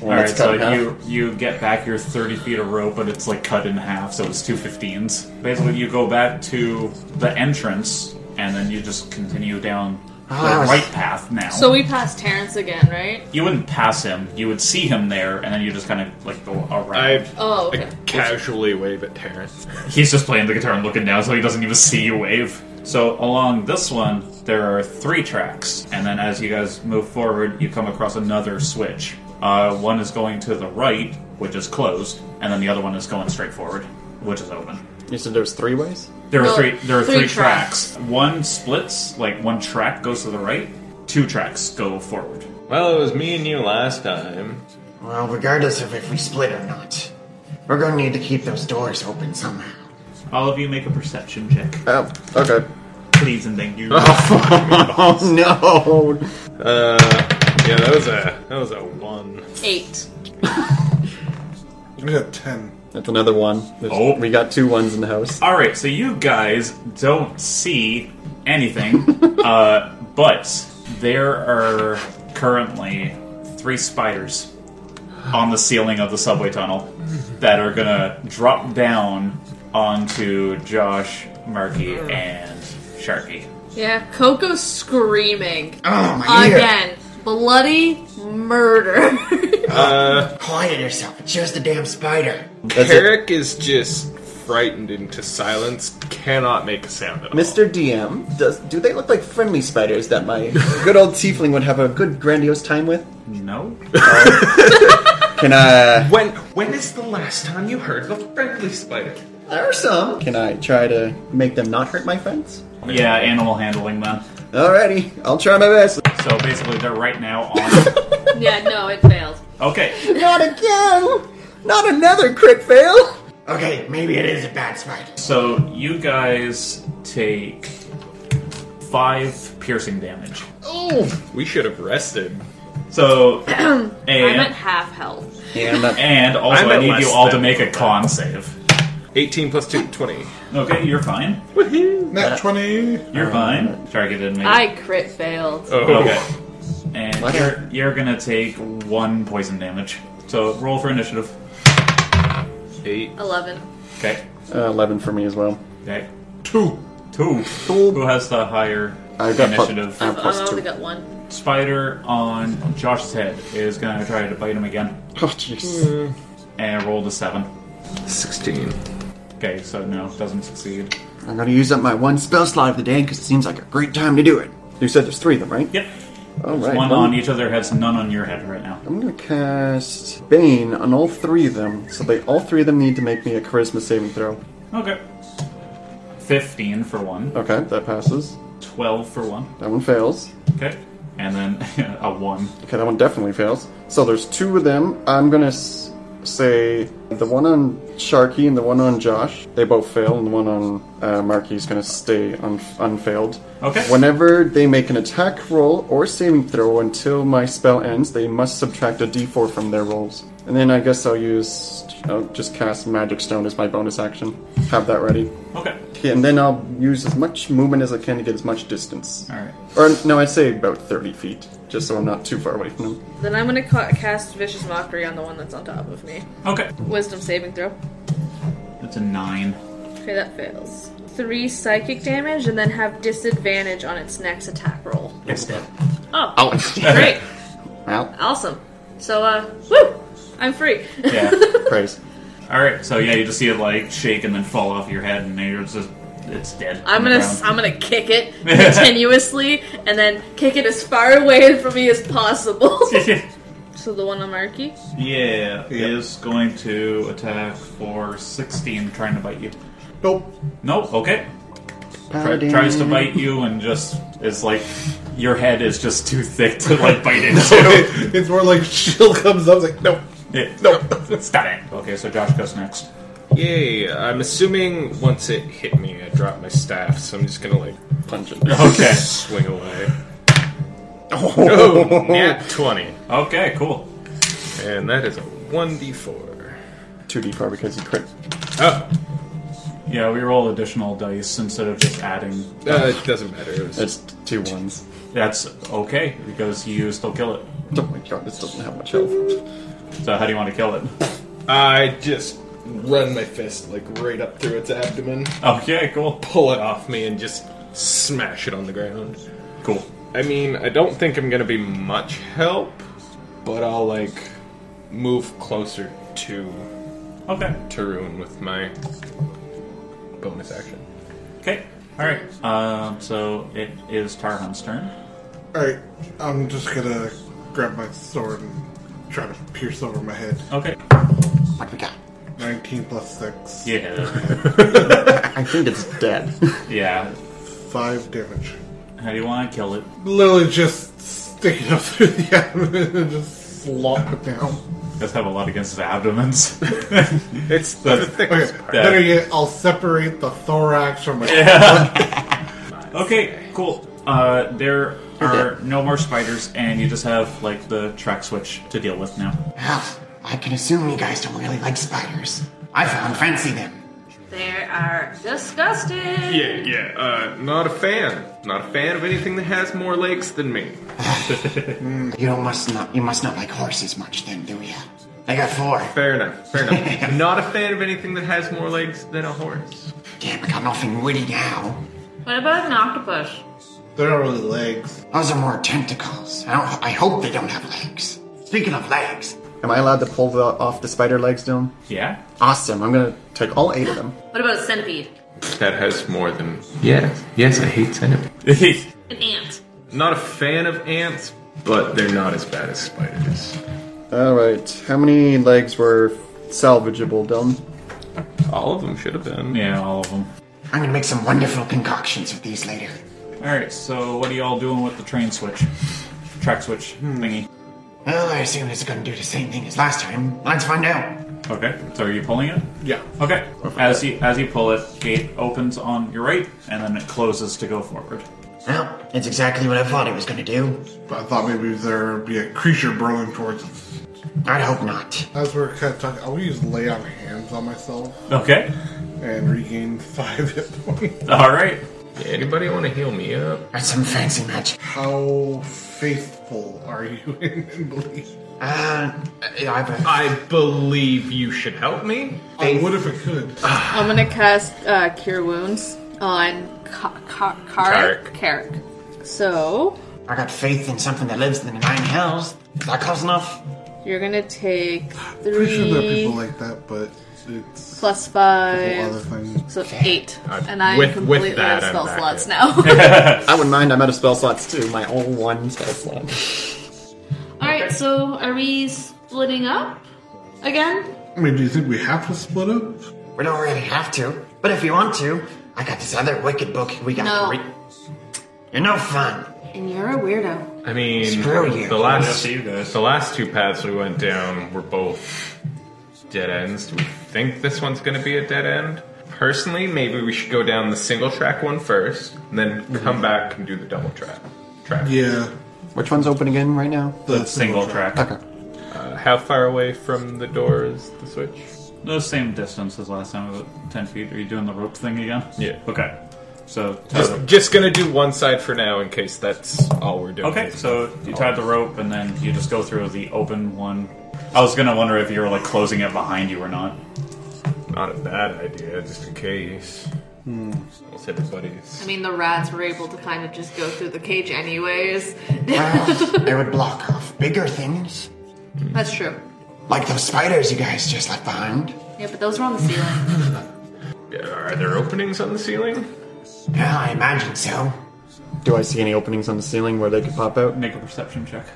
All right,
that's cut
so
in half.
you you get back your 30 feet of rope, but it's like cut in half, so it's two 15s. Basically, you go back to the entrance, and then you just continue down
that
Ah,
the
was-
right path now.
so we passed Terrence again, right?
you wouldn't pass him; you would see him there, and then you just kind of like go around.
I,
Oh,
I
okay.
casually wave at Terrence.
He's just playing the guitar and looking down, so he doesn't even see you wave. So along this one, there are three tracks, and then as you guys move forward, you come across another switch. Uh, one is going to the right, which is closed, and then the other one is going straight forward, which is open.
You said there's three ways?
There are
Well,
three. There are three,
three
tracks. One splits, like one track goes to the right. Two tracks go forward.
Well, it was me and you last time.
Well, regardless of if we split or not, we're gonna need to keep those doors open somehow.
All of you make a perception check,
Oh, okay.
please and thank you.
Oh no!
Uh, yeah, that was a that was a one.
Eight.
I got ten.
That's another one.
Oh.
We got two ones in the house.
All right, so you guys don't see anything, uh, but there are currently three spiders on the ceiling of the subway tunnel that are gonna drop down onto Josh, Marky, and Sharky.
Yeah, Coco's screaming.
Oh my ear!
Again. Bloody murder.
Uh. Quiet yourself. It's just a damn spider.
That's it.
Carrick is just frightened into silence. Cannot make a sound at all.
Mr. DM, does, do they look like friendly spiders that my good old tiefling would have a good grandiose time with?
No?
Can I?
When when is the last time you heard of a friendly spider?
There are some. Can I try to make them not hurt my friends?
Yeah, animal handling them.
Alrighty, I'll try my best.
So basically, they're right now on.
yeah, no, it failed.
Okay,
Not again! Not another crit fail!
Okay, maybe it is a bad spider.
so you guys take five piercing damage.
We should have rested.
So,
I'm at
and,
half health.
Yeah, I'm not.
and also,
I'm
I
at
need
less
you all to
than
make a con save.
18 plus 2, 20.
Okay, you're fine.
Nat twenty.
You're fine. Sharky didn't make it.
I crit failed.
Oh,
Okay. And
What?
you're, you're gonna take one poison damage. So roll for initiative.
8.
11.
Okay.
Uh, 11 for me as well.
Okay.
Two.
Two. Who has the higher
I got plus-
initiative?
I have
I
plus
only
two.
got one.
Spider on Josh's head is gonna try to bite him again
Oh, jeez.
and rolled a seven.
16.
Okay, so no, doesn't succeed.
I'm gonna use up my one spell slot of the day because it seems like a great time to do it. You said there's three of them, right?
Yep.
Alright.
One
well,
on each of their heads, none on your head right now.
I'm gonna cast Bane on all three of them, so they all three of them need to make me a charisma saving throw.
Okay. 15 for one,
Okay, that passes.
12 for one.
That one fails.
Okay. And then a one.
Okay, that one definitely fails. So there's two of them. I'm gonna s- say the one on Sharky and the one on Josh. They both fail, and the one on uh, Marky's gonna stay un- unfailed.
Okay.
Whenever they make an attack roll or saving throw until my spell ends, they must subtract a d4 from their rolls. And then I guess I'll use. I'll just cast Magic Stone as my bonus action. Have that ready.
Okay.
Okay, and then I'll use as much movement as I can to get as much distance.
Alright.
Or, no, I'd say about 30 feet, just so I'm not too far away from them.
Then I'm gonna ca- cast Vicious Mockery on the one that's on top of me.
Okay.
Wisdom saving throw.
That's a nine.
Okay, that fails. Three psychic damage, and then have disadvantage on its next attack roll.
Instead.
Oh,
Oh, instead.
great,
Well,
awesome. So, uh, woo, I'm free.
Yeah.
Praise.
All right. So yeah, you just see it like shake and then fall off your head, and you're just it's dead. on
I'm
the
gonna
ground.
I'm gonna kick it continuously, and then kick it as far away from me as possible. so the one on Marky.
yeah, is going to attack for 16, trying to bite you.
Nope.
Nope. Okay. Try, tries to bite you and just is like your head is just too thick to like bite into.
it's more like shield comes up like nope.
nope. Stop it. Okay, so Josh goes next.
Yay! I'm assuming once it hit me, I dropped my staff, so I'm just gonna like
Punch it.
Okay.
swing away. Oh, nat twenty,
Okay. Cool.
and that is a one d four.
2d4 because you crit.
Oh,
Yeah, we roll additional dice instead of just adding.
uh, it doesn't matter. It was
It's two ones.
That's okay because you still kill it.
Oh my god, this doesn't have much health.
So how do you want to kill it?
I just run my fist like right up through its abdomen,
Okay. Cool.
pull it off me, and just smash it on the ground.
Cool.
I mean, I don't think I'm gonna be much help, but I'll like move closer to
Okay.
Tarun with my bonus action.
Okay. All right. Um, so it is Tarhan's turn.
Alright, I'm just gonna grab my sword and try to pierce over my head.
Okay.
what we got?
19 plus 6.
Yeah.
I think it's dead.
yeah.
5 damage.
How do you want to kill it?
Literally just stick it up through the abdomen and just slop it down.
Does have a lot against his abdomens.
It's the
Okay,
thickest part.
better yet, I'll separate the thorax from my
okay. Cool. Uh, there are no more spiders, and you just have like the track switch to deal with now.
Well, I can assume you guys don't really like spiders. I found fancy them.
There are disgusting.
Yeah, yeah. Uh, not a fan. Not a fan of anything that has more legs than me.
You don't must not you must not like horses much then, do ya? I got four.
Fair enough. Fair enough. not a fan of anything that has more legs than a horse.
Damn, I got nothing witty now.
What about an octopus?
They're not really legs.
Those are more tentacles. I don't I hope they don't have legs. Speaking of legs,
Am I allowed to pull the, off the spider legs, Dylan?
Yeah.
Awesome. I'm gonna take all eight of them.
What about a centipede?
That has more than. Yeah. Yes, I hate centipedes.
An ant.
Not a fan of ants, but they're not as bad as spiders.
Alright, how many legs were salvageable, Dylan?
All of them should have been.
yeah. All of them.
I'm gonna make some wonderful concoctions with these later.
All right. So what are y'all doing with the train switch? Track switch thingy.
Well, I assume it's gonna do the same thing as last time. Let's find out.
Okay. So are you pulling it?
Yeah.
Okay. As you as you pull it, gate opens on your right, and then it closes to go forward.
Well, it's exactly what I thought it was gonna do.
But I thought maybe there would be a creature burrowing towards us.
I'd hope not.
As we're kind of talking, I will use lay on hands on myself
Okay.
and regain 5 hit points.
All right.
Anybody want to heal me up?
That's some fancy magic.
How faithful are you in belief?
Uh, I have a
I believe you should help me.
I would if I could.
I'm gonna cast uh, Cure Wounds on Ka- Ka- Karik.
Karik.
Karik. So
I got faith in something that lives in the nine hells. Is that close enough?
you're gonna take
Pretty sure there are
three
people like that, but it's
plus
a whole other
five,
thing.
so eight,
I-
and I'm
Uh, with- with
completely
that,
out of
I'm
spell
back
slots
in.
now.
I wouldn't mind, I'm out of spell slots too. My own one spell slot.
All right, so are we splitting up again?
I mean, do you think we have to split up?
We don't really have to, but if you want to, I got this other wicked book we got
No.
to read. You're no fun.
And you're a weirdo.
I mean,
Screw you.
the last
you guys.
the last two paths we went down were both dead ends. Do we think this one's going to be a dead end? Personally, maybe we should go down the single track one first, and then come back and do the double track. Track.
Yeah.
Which one's open again right now?
The
Single track.
Okay.
Uh, how far away from the door is the switch?
The same distance as last time, about ten feet. Are you doing the rope thing again?
Yeah.
Okay. So tie
Just,
the-
just gonna do one side for now, in case that's all we're doing.
okay. So you tied the rope, and then you just go through the open one. I was gonna wonder if you were like closing it behind you or not.
Not a bad idea, just in case. Let's hit everybody's.
I mean, the rats were able to kind of just go through the cage anyways.
Well, they would block off bigger things,
That's true.
like those spiders you guys just left behind.
Yeah, but those were on the ceiling.
Are there openings on the ceiling?
Yeah, I imagine so.
Do I see any openings on the ceiling where they could pop out?
Make a perception check.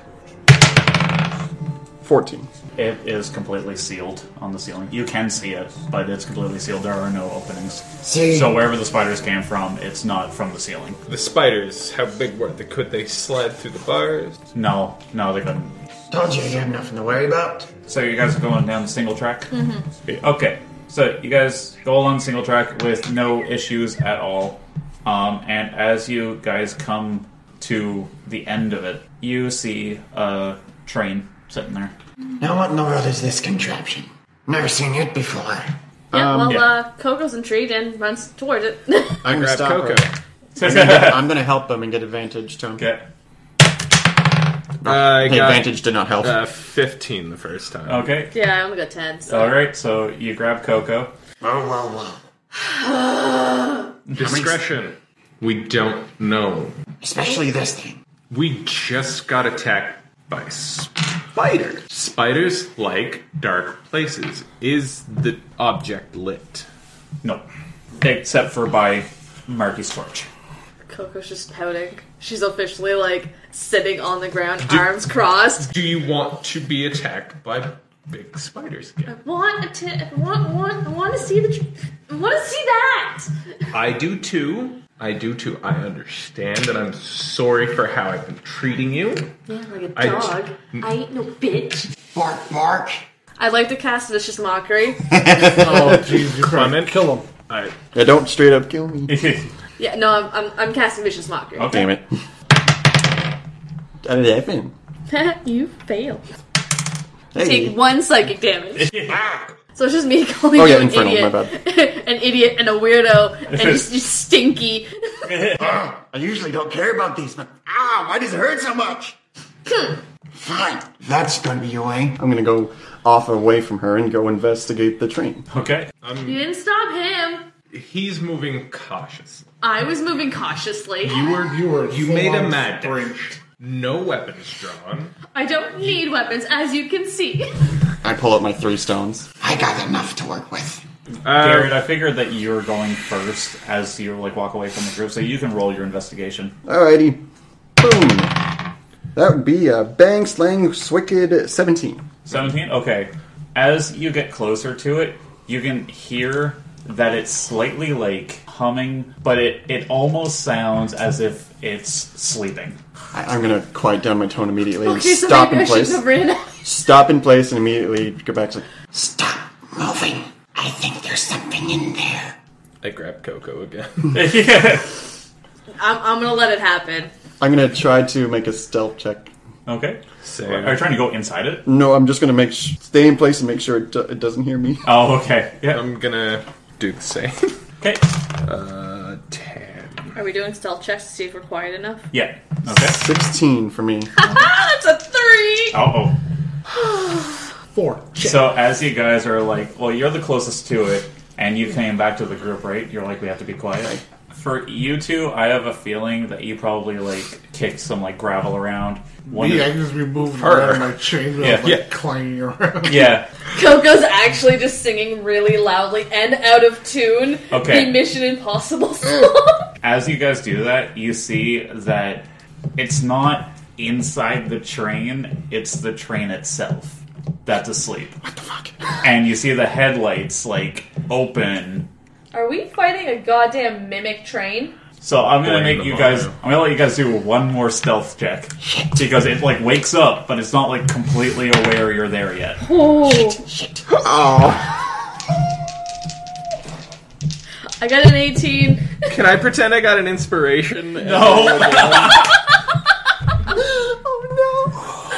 14.
It is completely sealed on the ceiling. You can see it, but it's completely sealed. There are no openings.
See.
So wherever the spiders came from, it's not from the ceiling.
The spiders, how big were they? Could they slide through the bars?
No, no, they couldn't.
Told you you have nothing to worry about.
So you guys are going down the single track? Mm-hmm. Okay. So you guys go along single track with no issues at all. Um, and as you guys come to the end of it, you see a train sitting there.
Now what in the world is this contraption? Never seen it before.
Um,
Yeah, well,
yeah.
uh, Coco's intrigued and runs towards it.
I'm
Grab Coco. Uh,
I'm going to help them and get advantage, Tom.
Okay.
I
Hey,
got
advantage did not help.
uh, 15 the first time.
Okay.
yeah, I only got 10. So.
All right. So you grab Coco.
Whoa, whoa, whoa.
Discretion. We don't know.
Especially this thing.
We just got attacked by
Spiders.
Spiders like dark places. Is the object lit?
No. Except for by Marky Scorch.
Coco's just pouting. She's officially like sitting on the ground, arms crossed.
Do you want to be attacked by big spiders again?
Want to want want want to see the tr- want to see that?
I do too. I do too. I understand, and I'm sorry for how I've been treating you.
Yeah, like a
I-
dog. I,
Mm.
ain't no bitch.
Bark, bark.
I'd like to cast vicious mockery.
Oh, jeez, you probably
Clement, kill him. I,
Yeah, don't straight up kill me.
Yeah, no, I'm I'm, I'm casting vicious mockery.
Damn it. 11.
you failed.
Hey.
Take one psychic damage. So it's just me calling
Oh,
you
yeah,
an
Infernal,
idiot,
my
an idiot, and a weirdo, and you, you stinky.
I usually don't care about these, but ah, why does it hurt so much? Fine. That's gonna be your way.
I'm going to go off away from her and go investigate the train.
Okay.
You didn't stop him.
he's moving cautiously.
I was moving cautiously.
You were
You were
you
full
made a
on
mad
sprint.
dash. No weapons drawn.
I don't need weapons, as you can see.
I pull out my three stones.
I got enough to work with.
Um, Uh,
Garrett, I figured that you were going first as you like walk away from the group, so you can roll your investigation.
Alrighty. Boom. That would be a bang, slang, swicked 17.
17? Okay. As you get closer to it, you can hear that it's slightly like humming, but it, it almost sounds as if it's sleeping.
I- I'm going to quiet down my tone immediately and
Okay, so
stop in
maybe I
place.
shouldn't have ran.
Stop in place and immediately go back to.
Stop moving. I think there's something in there.
I grab Coco again.
I'm, I'm gonna let it happen.
I'm going to try to make a stealth check.
Okay. Are you
Same.
trying to go inside it?
No, I'm just going to make sh- stay in place and make sure it, do- it doesn't hear me.
Oh, okay. Yeah.
I'm gonna do the same.
Okay.
Uh, ten.
Are we doing stealth checks to see if we're quiet enough?
Yeah. Okay.
16 for me.
Ah, that's a three.
Uh oh.
Four.
So as you guys are like, well, you're the closest to it, and you came back to the group, right? You're like, we have to be quiet. For you two, I have a feeling that you probably like kicked some like gravel around. One
Me,
of-
I can just be moving
Her.
around my chain without,
Yeah.
like,
Yeah.
clanging around.
yeah.
Coco's actually just singing really loudly and out of tune.
Okay.
The Mission Impossible song.
As you guys do that, you see that it's not inside the train; it's the train itself that's asleep. What the fuck? And you see the headlights like open
Are we fighting a goddamn mimic train?
So I'm gonna
Blame
make
the
you guys.
Mario.
I'm gonna let you guys do one more stealth check because it like wakes up, but it's not like completely aware you're there yet.
Shit.
I got an 18.
Can I pretend I got an inspiration? Uh,
Oh,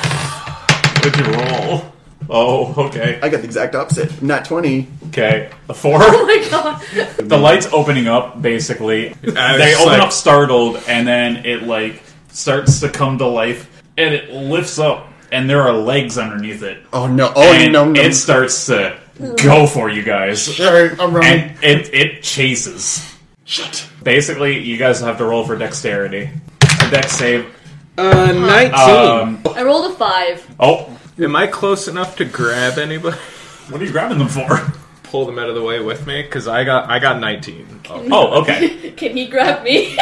oh
did you roll? Oh, okay,
I got the exact opposite. Not 20.
okay. A four.
no! Oh my god.
The lights opening up basically.
I
They
was
open
like-
up startled, and then it like starts to come to life, and it lifts up, and there are legs underneath it,
Oh no. Oh
and
no no.
it starts to go for you guys.
Alright, I'm running.
And it, it chases.
Shit.
Basically, you guys have to roll for dexterity. A dex save.
Uh, 19.
Um,
I rolled a five.
oh,
Am I close enough to grab anybody?
what are you grabbing them for?
Pull them out of the way with me? Because I got, I got 19. Oh,
Oh, okay.
Can he grab me?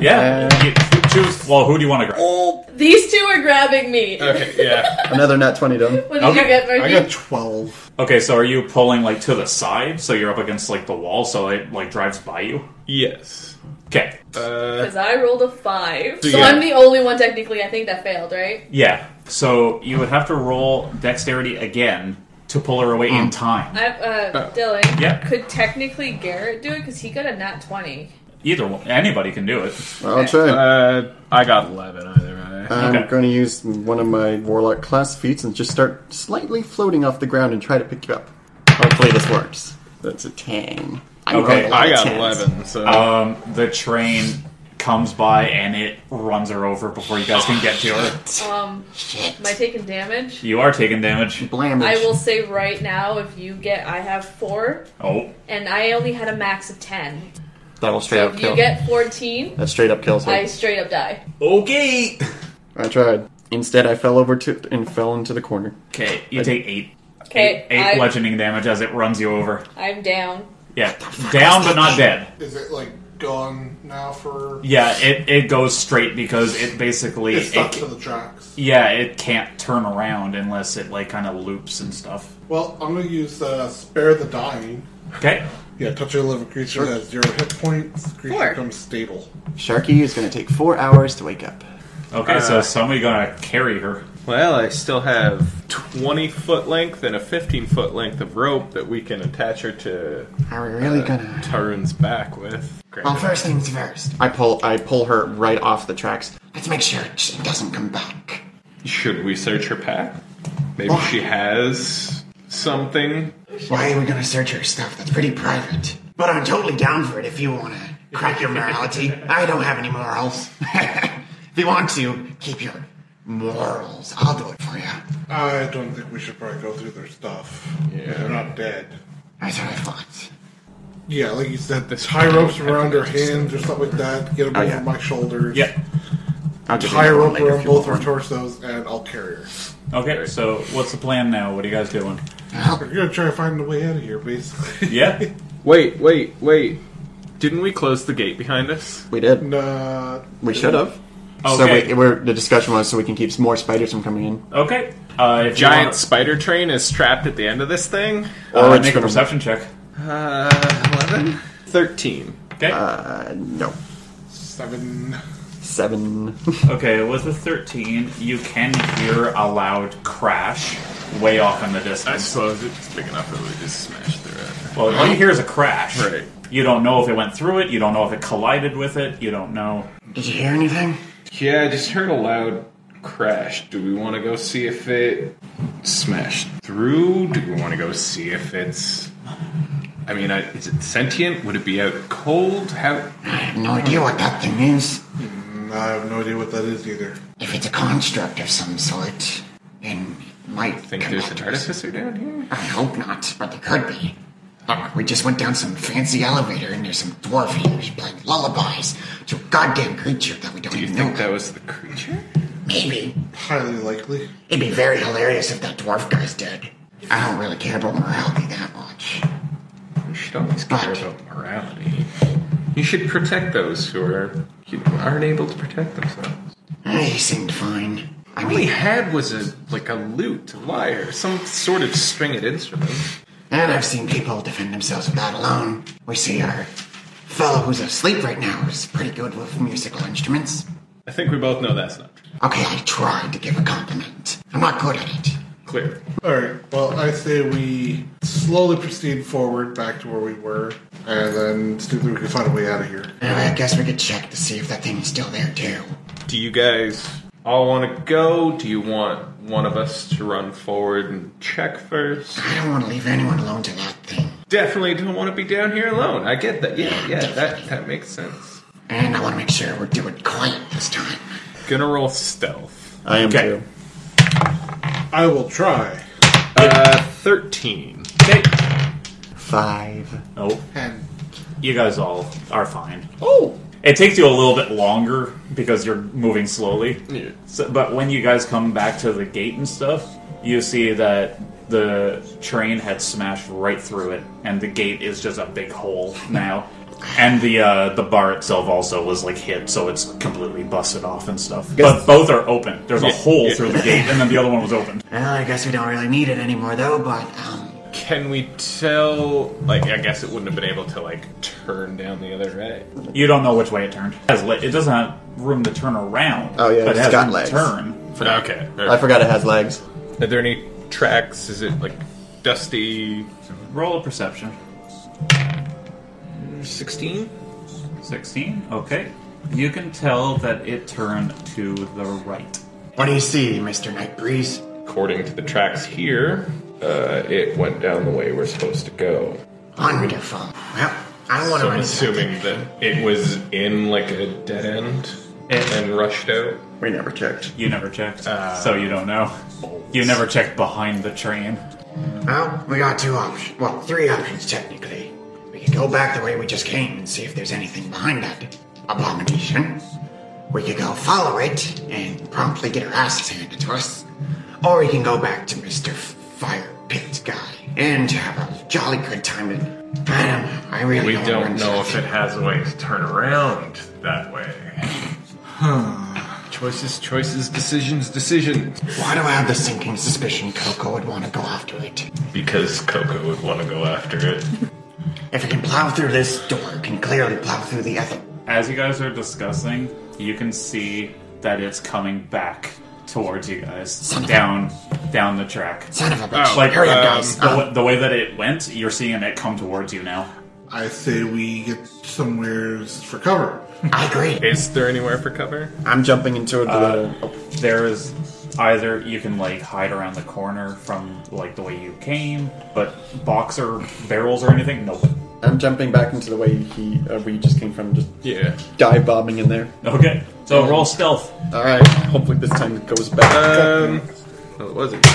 Yeah.
Uh,
you, you choose. Well, who do you want to grab?
These two are grabbing me.
okay, yeah.
Another nat 20 done.
What did you
Okay.
get,
I
Murphy?
got 12.
Okay, so are you pulling like to the side, so you're up against like the wall, so it like drives by you?
Yes.
Okay.
Uh,
Because I rolled a five.
So
So,
yeah.
I'm the only one technically I think that failed, right?
Yeah. So you would have to roll dexterity again to pull her away in time.
I, uh, Dylan,
Yeah.
could technically Garrett do it? Because he got a nat 20.
Either one, anybody can do it.
I'll try.
uh, I got 11 either way.
I'm
okay.
going to use one of my warlock class feats and just start slightly floating off the ground and try to pick you up. Hopefully this works. That's a ten. I'm
Okay,
rolling a lot
I
of
got
tens.
11, so.
Um, the train comes by and it runs her over before you guys can get to her.
Um, am I taking damage?
You are taking damage.
Blamage.
I will say right now, if you get, I have four,
Oh,
and I only had a max of 10.
That will straight up
If
kill.
you get 14,
that straight up kills her.
I
I,
straight up die.
okay.
tried. Instead, I fell over to and fell into the corner.
Okay, you take eight,
Okay,
eight
I-
bludgeoning damage as it runs you over.
I'm down.
Yeah, down but not dead.
Is it like gone now for.
Yeah, it, it goes straight because it basically
It's stuck
it-
to the tracks.
yeah it can't turn around unless it like kind of loops and stuff.
Well, I'm going to use uh, Spare the Dying.
Okay,
Yeah, touch a living creature that has zero hit points. The creature
Four.
becomes stable.
Sharky is going to take four hours to wake up.
okay, so somebody gonna carry her.
Well, I still have 20 foot length and a 15 foot length of rope that we can attach her to
Are we really
uh,
gonna?
Tarun's back with.
Well, first things first.
I pull. I pull her right off the tracks.
Let's make sure she doesn't come back.
Should we search her pack? Maybe she has something.
Why are we gonna search her stuff? That's pretty private. But I'm totally down for it if you wanna crack your morality. I don't have any morals. if you want to, keep your morals. I'll do it for you.
I don't think we should probably go through their stuff.
Yeah.
They're not dead.
That's what I thought.
Yeah, like you said, the tie ropes around her hands or something like that. Get them over
Oh, yeah.
my shoulders.
Yeah.
I'll give you
Tie a
another one
rope
later if
around
you
both
want
her
one.
torsos, and I'll carry her.
Okay, so what's the plan now? What are you guys doing?
We're gonna try to find a way out of here, basically.
Yeah.
Wait, wait, wait. Didn't we close the gate behind us?
We did.
Nah,
We should have.
Okay.
So we, we're, the discussion was so we can keep more spiders from coming in.
Okay. Uh, if you
Giant
wanna-
spider train is trapped at the end of this thing.
Or
uh,
it's
make a
gonna-
perception check.
Uh, 11? 13.
Okay.
Uh, no.
seven.
Seven.
okay, with a 13, you can hear a loud crash way off in the
I
distance.
suppose it's big enough that we just smashed through it.
Well, all you hear is a crash.
Right.
You don't know if it went through it, you don't know if it collided with it, you don't know.
Did you hear anything?
Yeah, I just heard a loud crash. Do we want to go see if it smashed through? Do we want to go see if it's. I mean, I, is it sentient? Would it be out cold? How.
I have no idea what that thing is.
I have no idea what that is either.
If it's a construct of some sort, then it might
Think
come
there's an
after us.
artificer down here?
I hope not, but there could be. Look, we just went down some fancy elevator and there's some dwarf here who's playing lullabies to a goddamn creature that we don't
Do you
even
think
know.
that was the creature?
Maybe.
Highly likely.
It'd be very hilarious if that dwarf guy's dead. I don't really care about morality that much.
We should always care about morality. You should protect those who are you know, aren't able to protect themselves.
Eh, He seemed fine. I
All he
mean,
had was a like a lute, a lyre, some sort of stringed instrument.
and I've seen people defend themselves with that alone. We see our fellow who's asleep right now is pretty good with musical instruments.
I think we both know that's not true.
Okay, I tried to give a compliment. I'm not good at it.
Clear.
Alright, well, I say we slowly proceed forward back to where we were, and then see if we can find a way out of here.
Anyway, I guess we could check to see if that thing is still there too.
Do you guys all want to go? Do you want one of us to run forward and check first?
I don't want to leave anyone alone to that thing.
Definitely don't want to be down here alone. I get that. Yeah, yeah, that that makes sense.
And I want to make sure we're doing quiet this time.
Gonna roll stealth.
I am
Okay.
too.
I will try.
Uh, thirteen.
Okay, Oh.
Five.
Nope.
Ten.
You guys all are fine.
Oh!
It takes you a little bit longer because you're moving slowly. So, but when you guys come back to the gate and stuff, you see that the train had smashed right through it, and the gate is just a big hole now. and the uh, the bar itself also was like hit, so it's completely busted off and stuff. But both are open. There's a hole through the gate, and then the other one was open.
Well, I guess we don't really need it anymore, though, but, um,
Can we tell? Like, I guess it wouldn't have been able to like turn down the other way.
You don't know which way it turned. It, has le- it doesn't have room to turn around.
Oh, yeah,
but
it's
it has
got
room
legs.
to turn.
Okay.
I forgot it has legs.
Are there any tracks? Is it like dusty?
Roll a perception.
Sixteen.
16. Okay. You can tell that it turned to the right.
what do you see, Mr. Night Breeze?
According to the tracks here, uh, it went down the way we're supposed to go.
Wonderful. Well, I want to
So I'm
run
assuming that it was in like a dead end
It-
and rushed out.
We never checked.
You never checked, so you don't know. You never checked behind the train.
Well, we got two options. Well, three options, technically. We can go back the way we just came and see if there's anything behind that abomination. We could go follow it and promptly get our asses handed to us. Or we can go back to Mr. Fire Pit Guy and have a jolly good time. And, I don't know. I really
We
don't,
don't
want
know if
to-
it has a way to turn around that way. choices, choices, decisions, decisions.
Why do I have the sinking suspicion Coco would want to go after it?
Because Coco would want to go after it.
If it can plow through this door, it can clearly plow through the other.
As you guys are discussing, you can see that it's coming back towards you guys
Son of a-
down down the track.
Son of a bitch.
Like
Oh, Hurry up,
um,
guys.
the,
Um,
wa- the way that it went, you're seeing it come towards you now.
I say we get somewheres for cover.
I agree.
Is there anywhere for cover?
I'm jumping into the. Uh,
There is either you can like hide around the corner from like the way you came, but boxer barrels or anything, nope.
I'm jumping back into the way he uh, we just came from, just
Yeah.
dive bombing in there.
Okay, so roll stealth.
All right. Hopefully this time it goes back.
Um, well, it wasn't.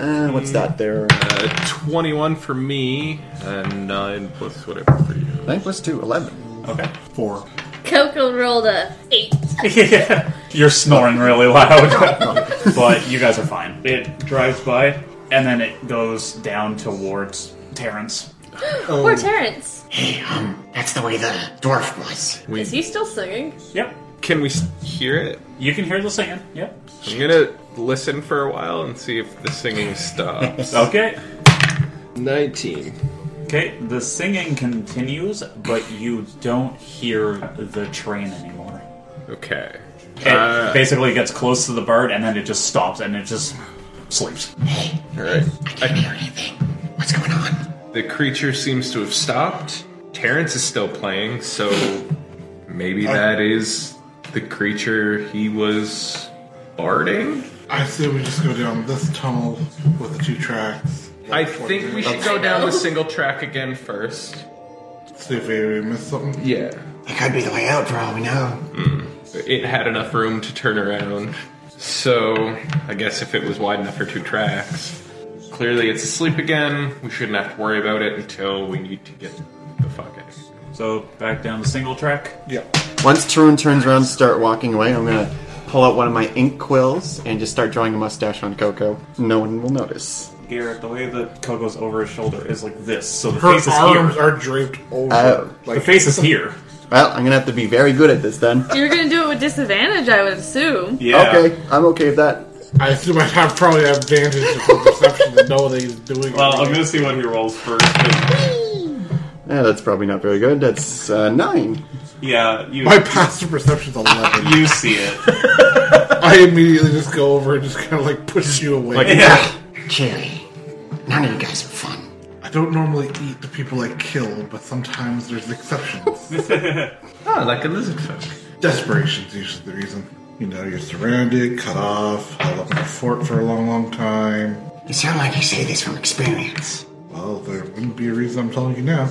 Uh, what's that there?
Uh, 21 for me, and 9 plus whatever for you.
Nine plus two, eleven.
Okay.
Four.
Coco rolled a eight.
yeah. You're snoring really loud. but you guys are fine. It drives by, and then it goes down towards Terrence.
Poor Terrence.
Hey, um, that's the way the dwarf was.
Is he still singing?
Yep.
Can we s- hear it?
You can hear the singing. Yep.
I'm gonna listen for a while and see if the singing stops.
Okay.
19.
Okay, the singing continues, but you don't hear the train anymore.
Okay.
It basically gets close to the bird, and then it just stops, and it just sleeps.
Alright.
I can't hear anything. What's going on?
The creature seems to have stopped. Terrence is still playing, so maybe that is the creature he was barding?
I say we just go down this tunnel with the two tracks.
I think we should go down the single track again first.
See if we missed something.
Yeah.
It could be the way out for all we know.
it had enough room to turn around. So I guess if it was wide enough for two tracks, clearly it's asleep again. We shouldn't have to worry about it until we need to get the fuck out. of here.
So back down the single track.
Yeah.
Once Tarun turns around to start walking away, I'm gonna pull out one of my ink quills and just start drawing a mustache on Coco. No one will notice.
Garrett, the way that Kogo's over his shoulder is like this, so the
Her
face is
arms
here.
are draped over.
Oh.
The face is here.
Well, I'm gonna have to be very good at this then.
You're gonna do it with disadvantage, I would assume.
Yeah.
Okay, I'm okay with that.
I assume I have probably have advantage of perception to know that he's doing.
Well, Uh, I'm gonna see what he rolls first. 'cause-
Yeah, that's probably not very good. That's uh, nine.
Yeah, you
My passive perception's eleven.
you see it.
I immediately just go over and just kind of like push you away.
yeah.
Cheery. None of you guys are fun.
I don't normally eat the people I kill, but sometimes there's exceptions.
Oh, like a lizard folk.
Desperation's usually the reason. You know, you're surrounded, cut off, held up in a fort for a long, long time.
You sound like you say this from experience.
Well, there wouldn't be a reason I'm telling you now.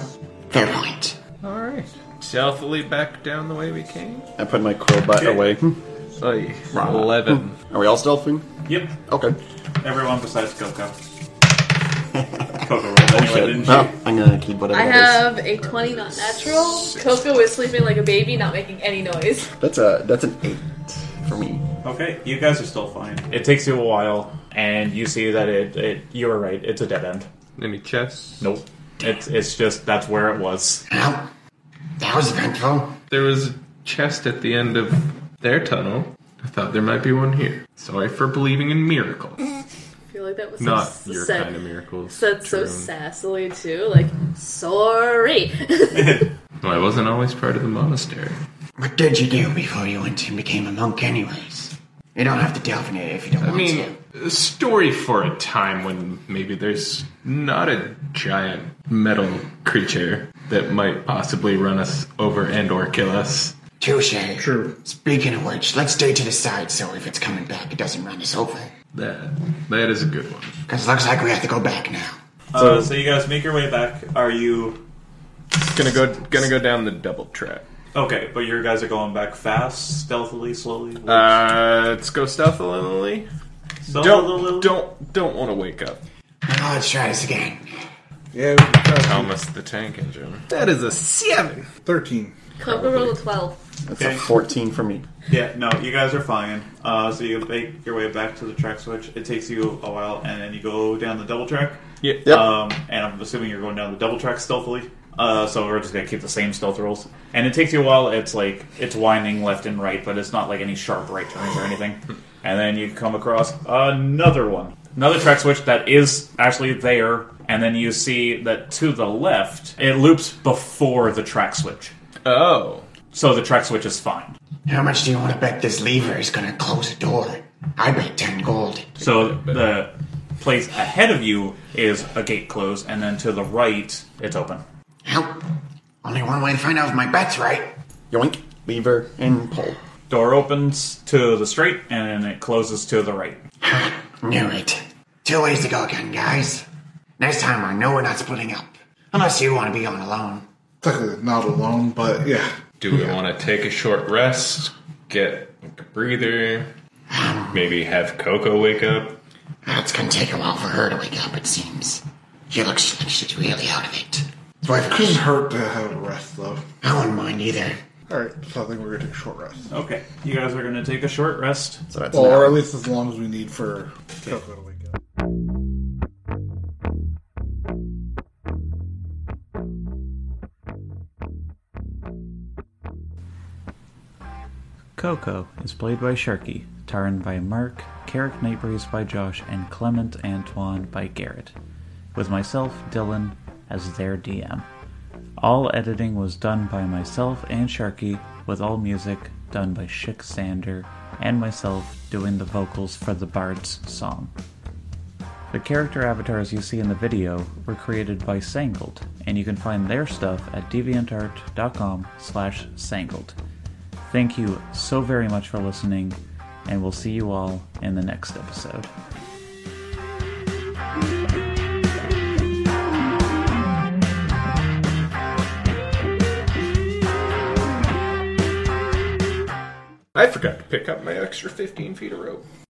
Fair point.
All right. Stealthily back down the way we came.
I put my quill butt away. Hmm.
Oy, Eleven.
Are we all stealthing?
Yep.
Okay.
Everyone besides Coco. Coco rolls. anyway, didn't you?
Oh, I'm gonna keep whatever
I
that is.
have a 20 not natural. Coco is sleeping like a baby, not making any noise.
That's a that's an eight for me.
Okay, you guys are still fine. It takes you a while, and you see that it, it you were right. It's a dead end.
Any chests?
Nope. It's it's just that's where it was.
Well, that was eventful.
There was a chest at the end of their tunnel. I thought there might be one here. Sorry for believing in miracles.
I feel like that was
Not
so
your
sad.
kind of miracles.
Said so
Jerome.
sassily too, like sorry.
Well, I wasn't always part of the monastery.
What did you do before you went and became a monk, anyways? You don't have to delve in it if you don't
I
want
mean, a story for a time when maybe there's not a giant metal creature that might possibly run us over and or kill us.
to. Touche. True. Speaking of which, let's stay to the side so if it's coming back, it doesn't run us over.
That that is a good one.
Because looks like we have to go back now.
So, uh, so you guys make your way back. Are you
Gonna go gonna go down the double trap.
okay? But your guys are going back fast, stealthily, slowly.
Uh, let's go stealthily.
Stealthily?
Don't don't don't want to wake up.
Now let's try this again.
Yeah, uh,
Thomas the Tank Engine. That is a seven.
13.
Coco rolled a 12.
That's
Okay.
a fourteen for me.
Yeah, no, you guys are fine. Uh, so you make your way back to the track switch. It takes you a while, and then you go down the double track.
Yeah.
Yep.
Um, and I'm assuming you're going down the double track stealthily. Uh, so we're just gonna keep the same stealth rolls. And it takes you a while. It's like it's winding left and right, but it's not like any sharp right turns or anything. And then you come across another one, another track switch that is actually there. And then you see that to the left, it loops before the track switch.
Oh.
So the track switch is fine.
How much do you want to bet this lever is going to close a door? I bet 10 gold.
So the place ahead of you is a gate closed, and then to the right, it's open.
Help. Only one way to find out if my bet's right.
Yoink, lever, and pull.
Door opens to the straight, and then it closes to the right.
Knew it. Two ways to go again, guys. Next time I know we're not splitting up. Unless you want to be on alone.
Technically not alone, but yeah.
Do we want to take a short rest? Get like a breather? Maybe have Coco wake up?
It's gonna take a while for her to wake up, it seems. She looks like she's really out of it. It's
Couldn't
her.
hurt to have a rest, though.
I wouldn't mind either.
Alright, so I think we're gonna take a short rest.
Okay, you guys are going to take a short rest.
So that's an
Or
hour.
at least as long as we need for Coco to wake up.
Coco is played by Sharky, Taran by Mark, Carrick Nightbreeze by Josh, and Clement Antoine by Garrett, with myself, Dylan, as their DM. All editing was done by myself and Sharky, with all music done by Schick Sander and myself doing the vocals for the Bard's song. The character avatars you see in the video were created by Sangled, and you can find their stuff at deviantart.com slash sangled. Thank you so very much for listening, and we'll see you all in the next episode.
I forgot to pick up my extra 15 feet of rope.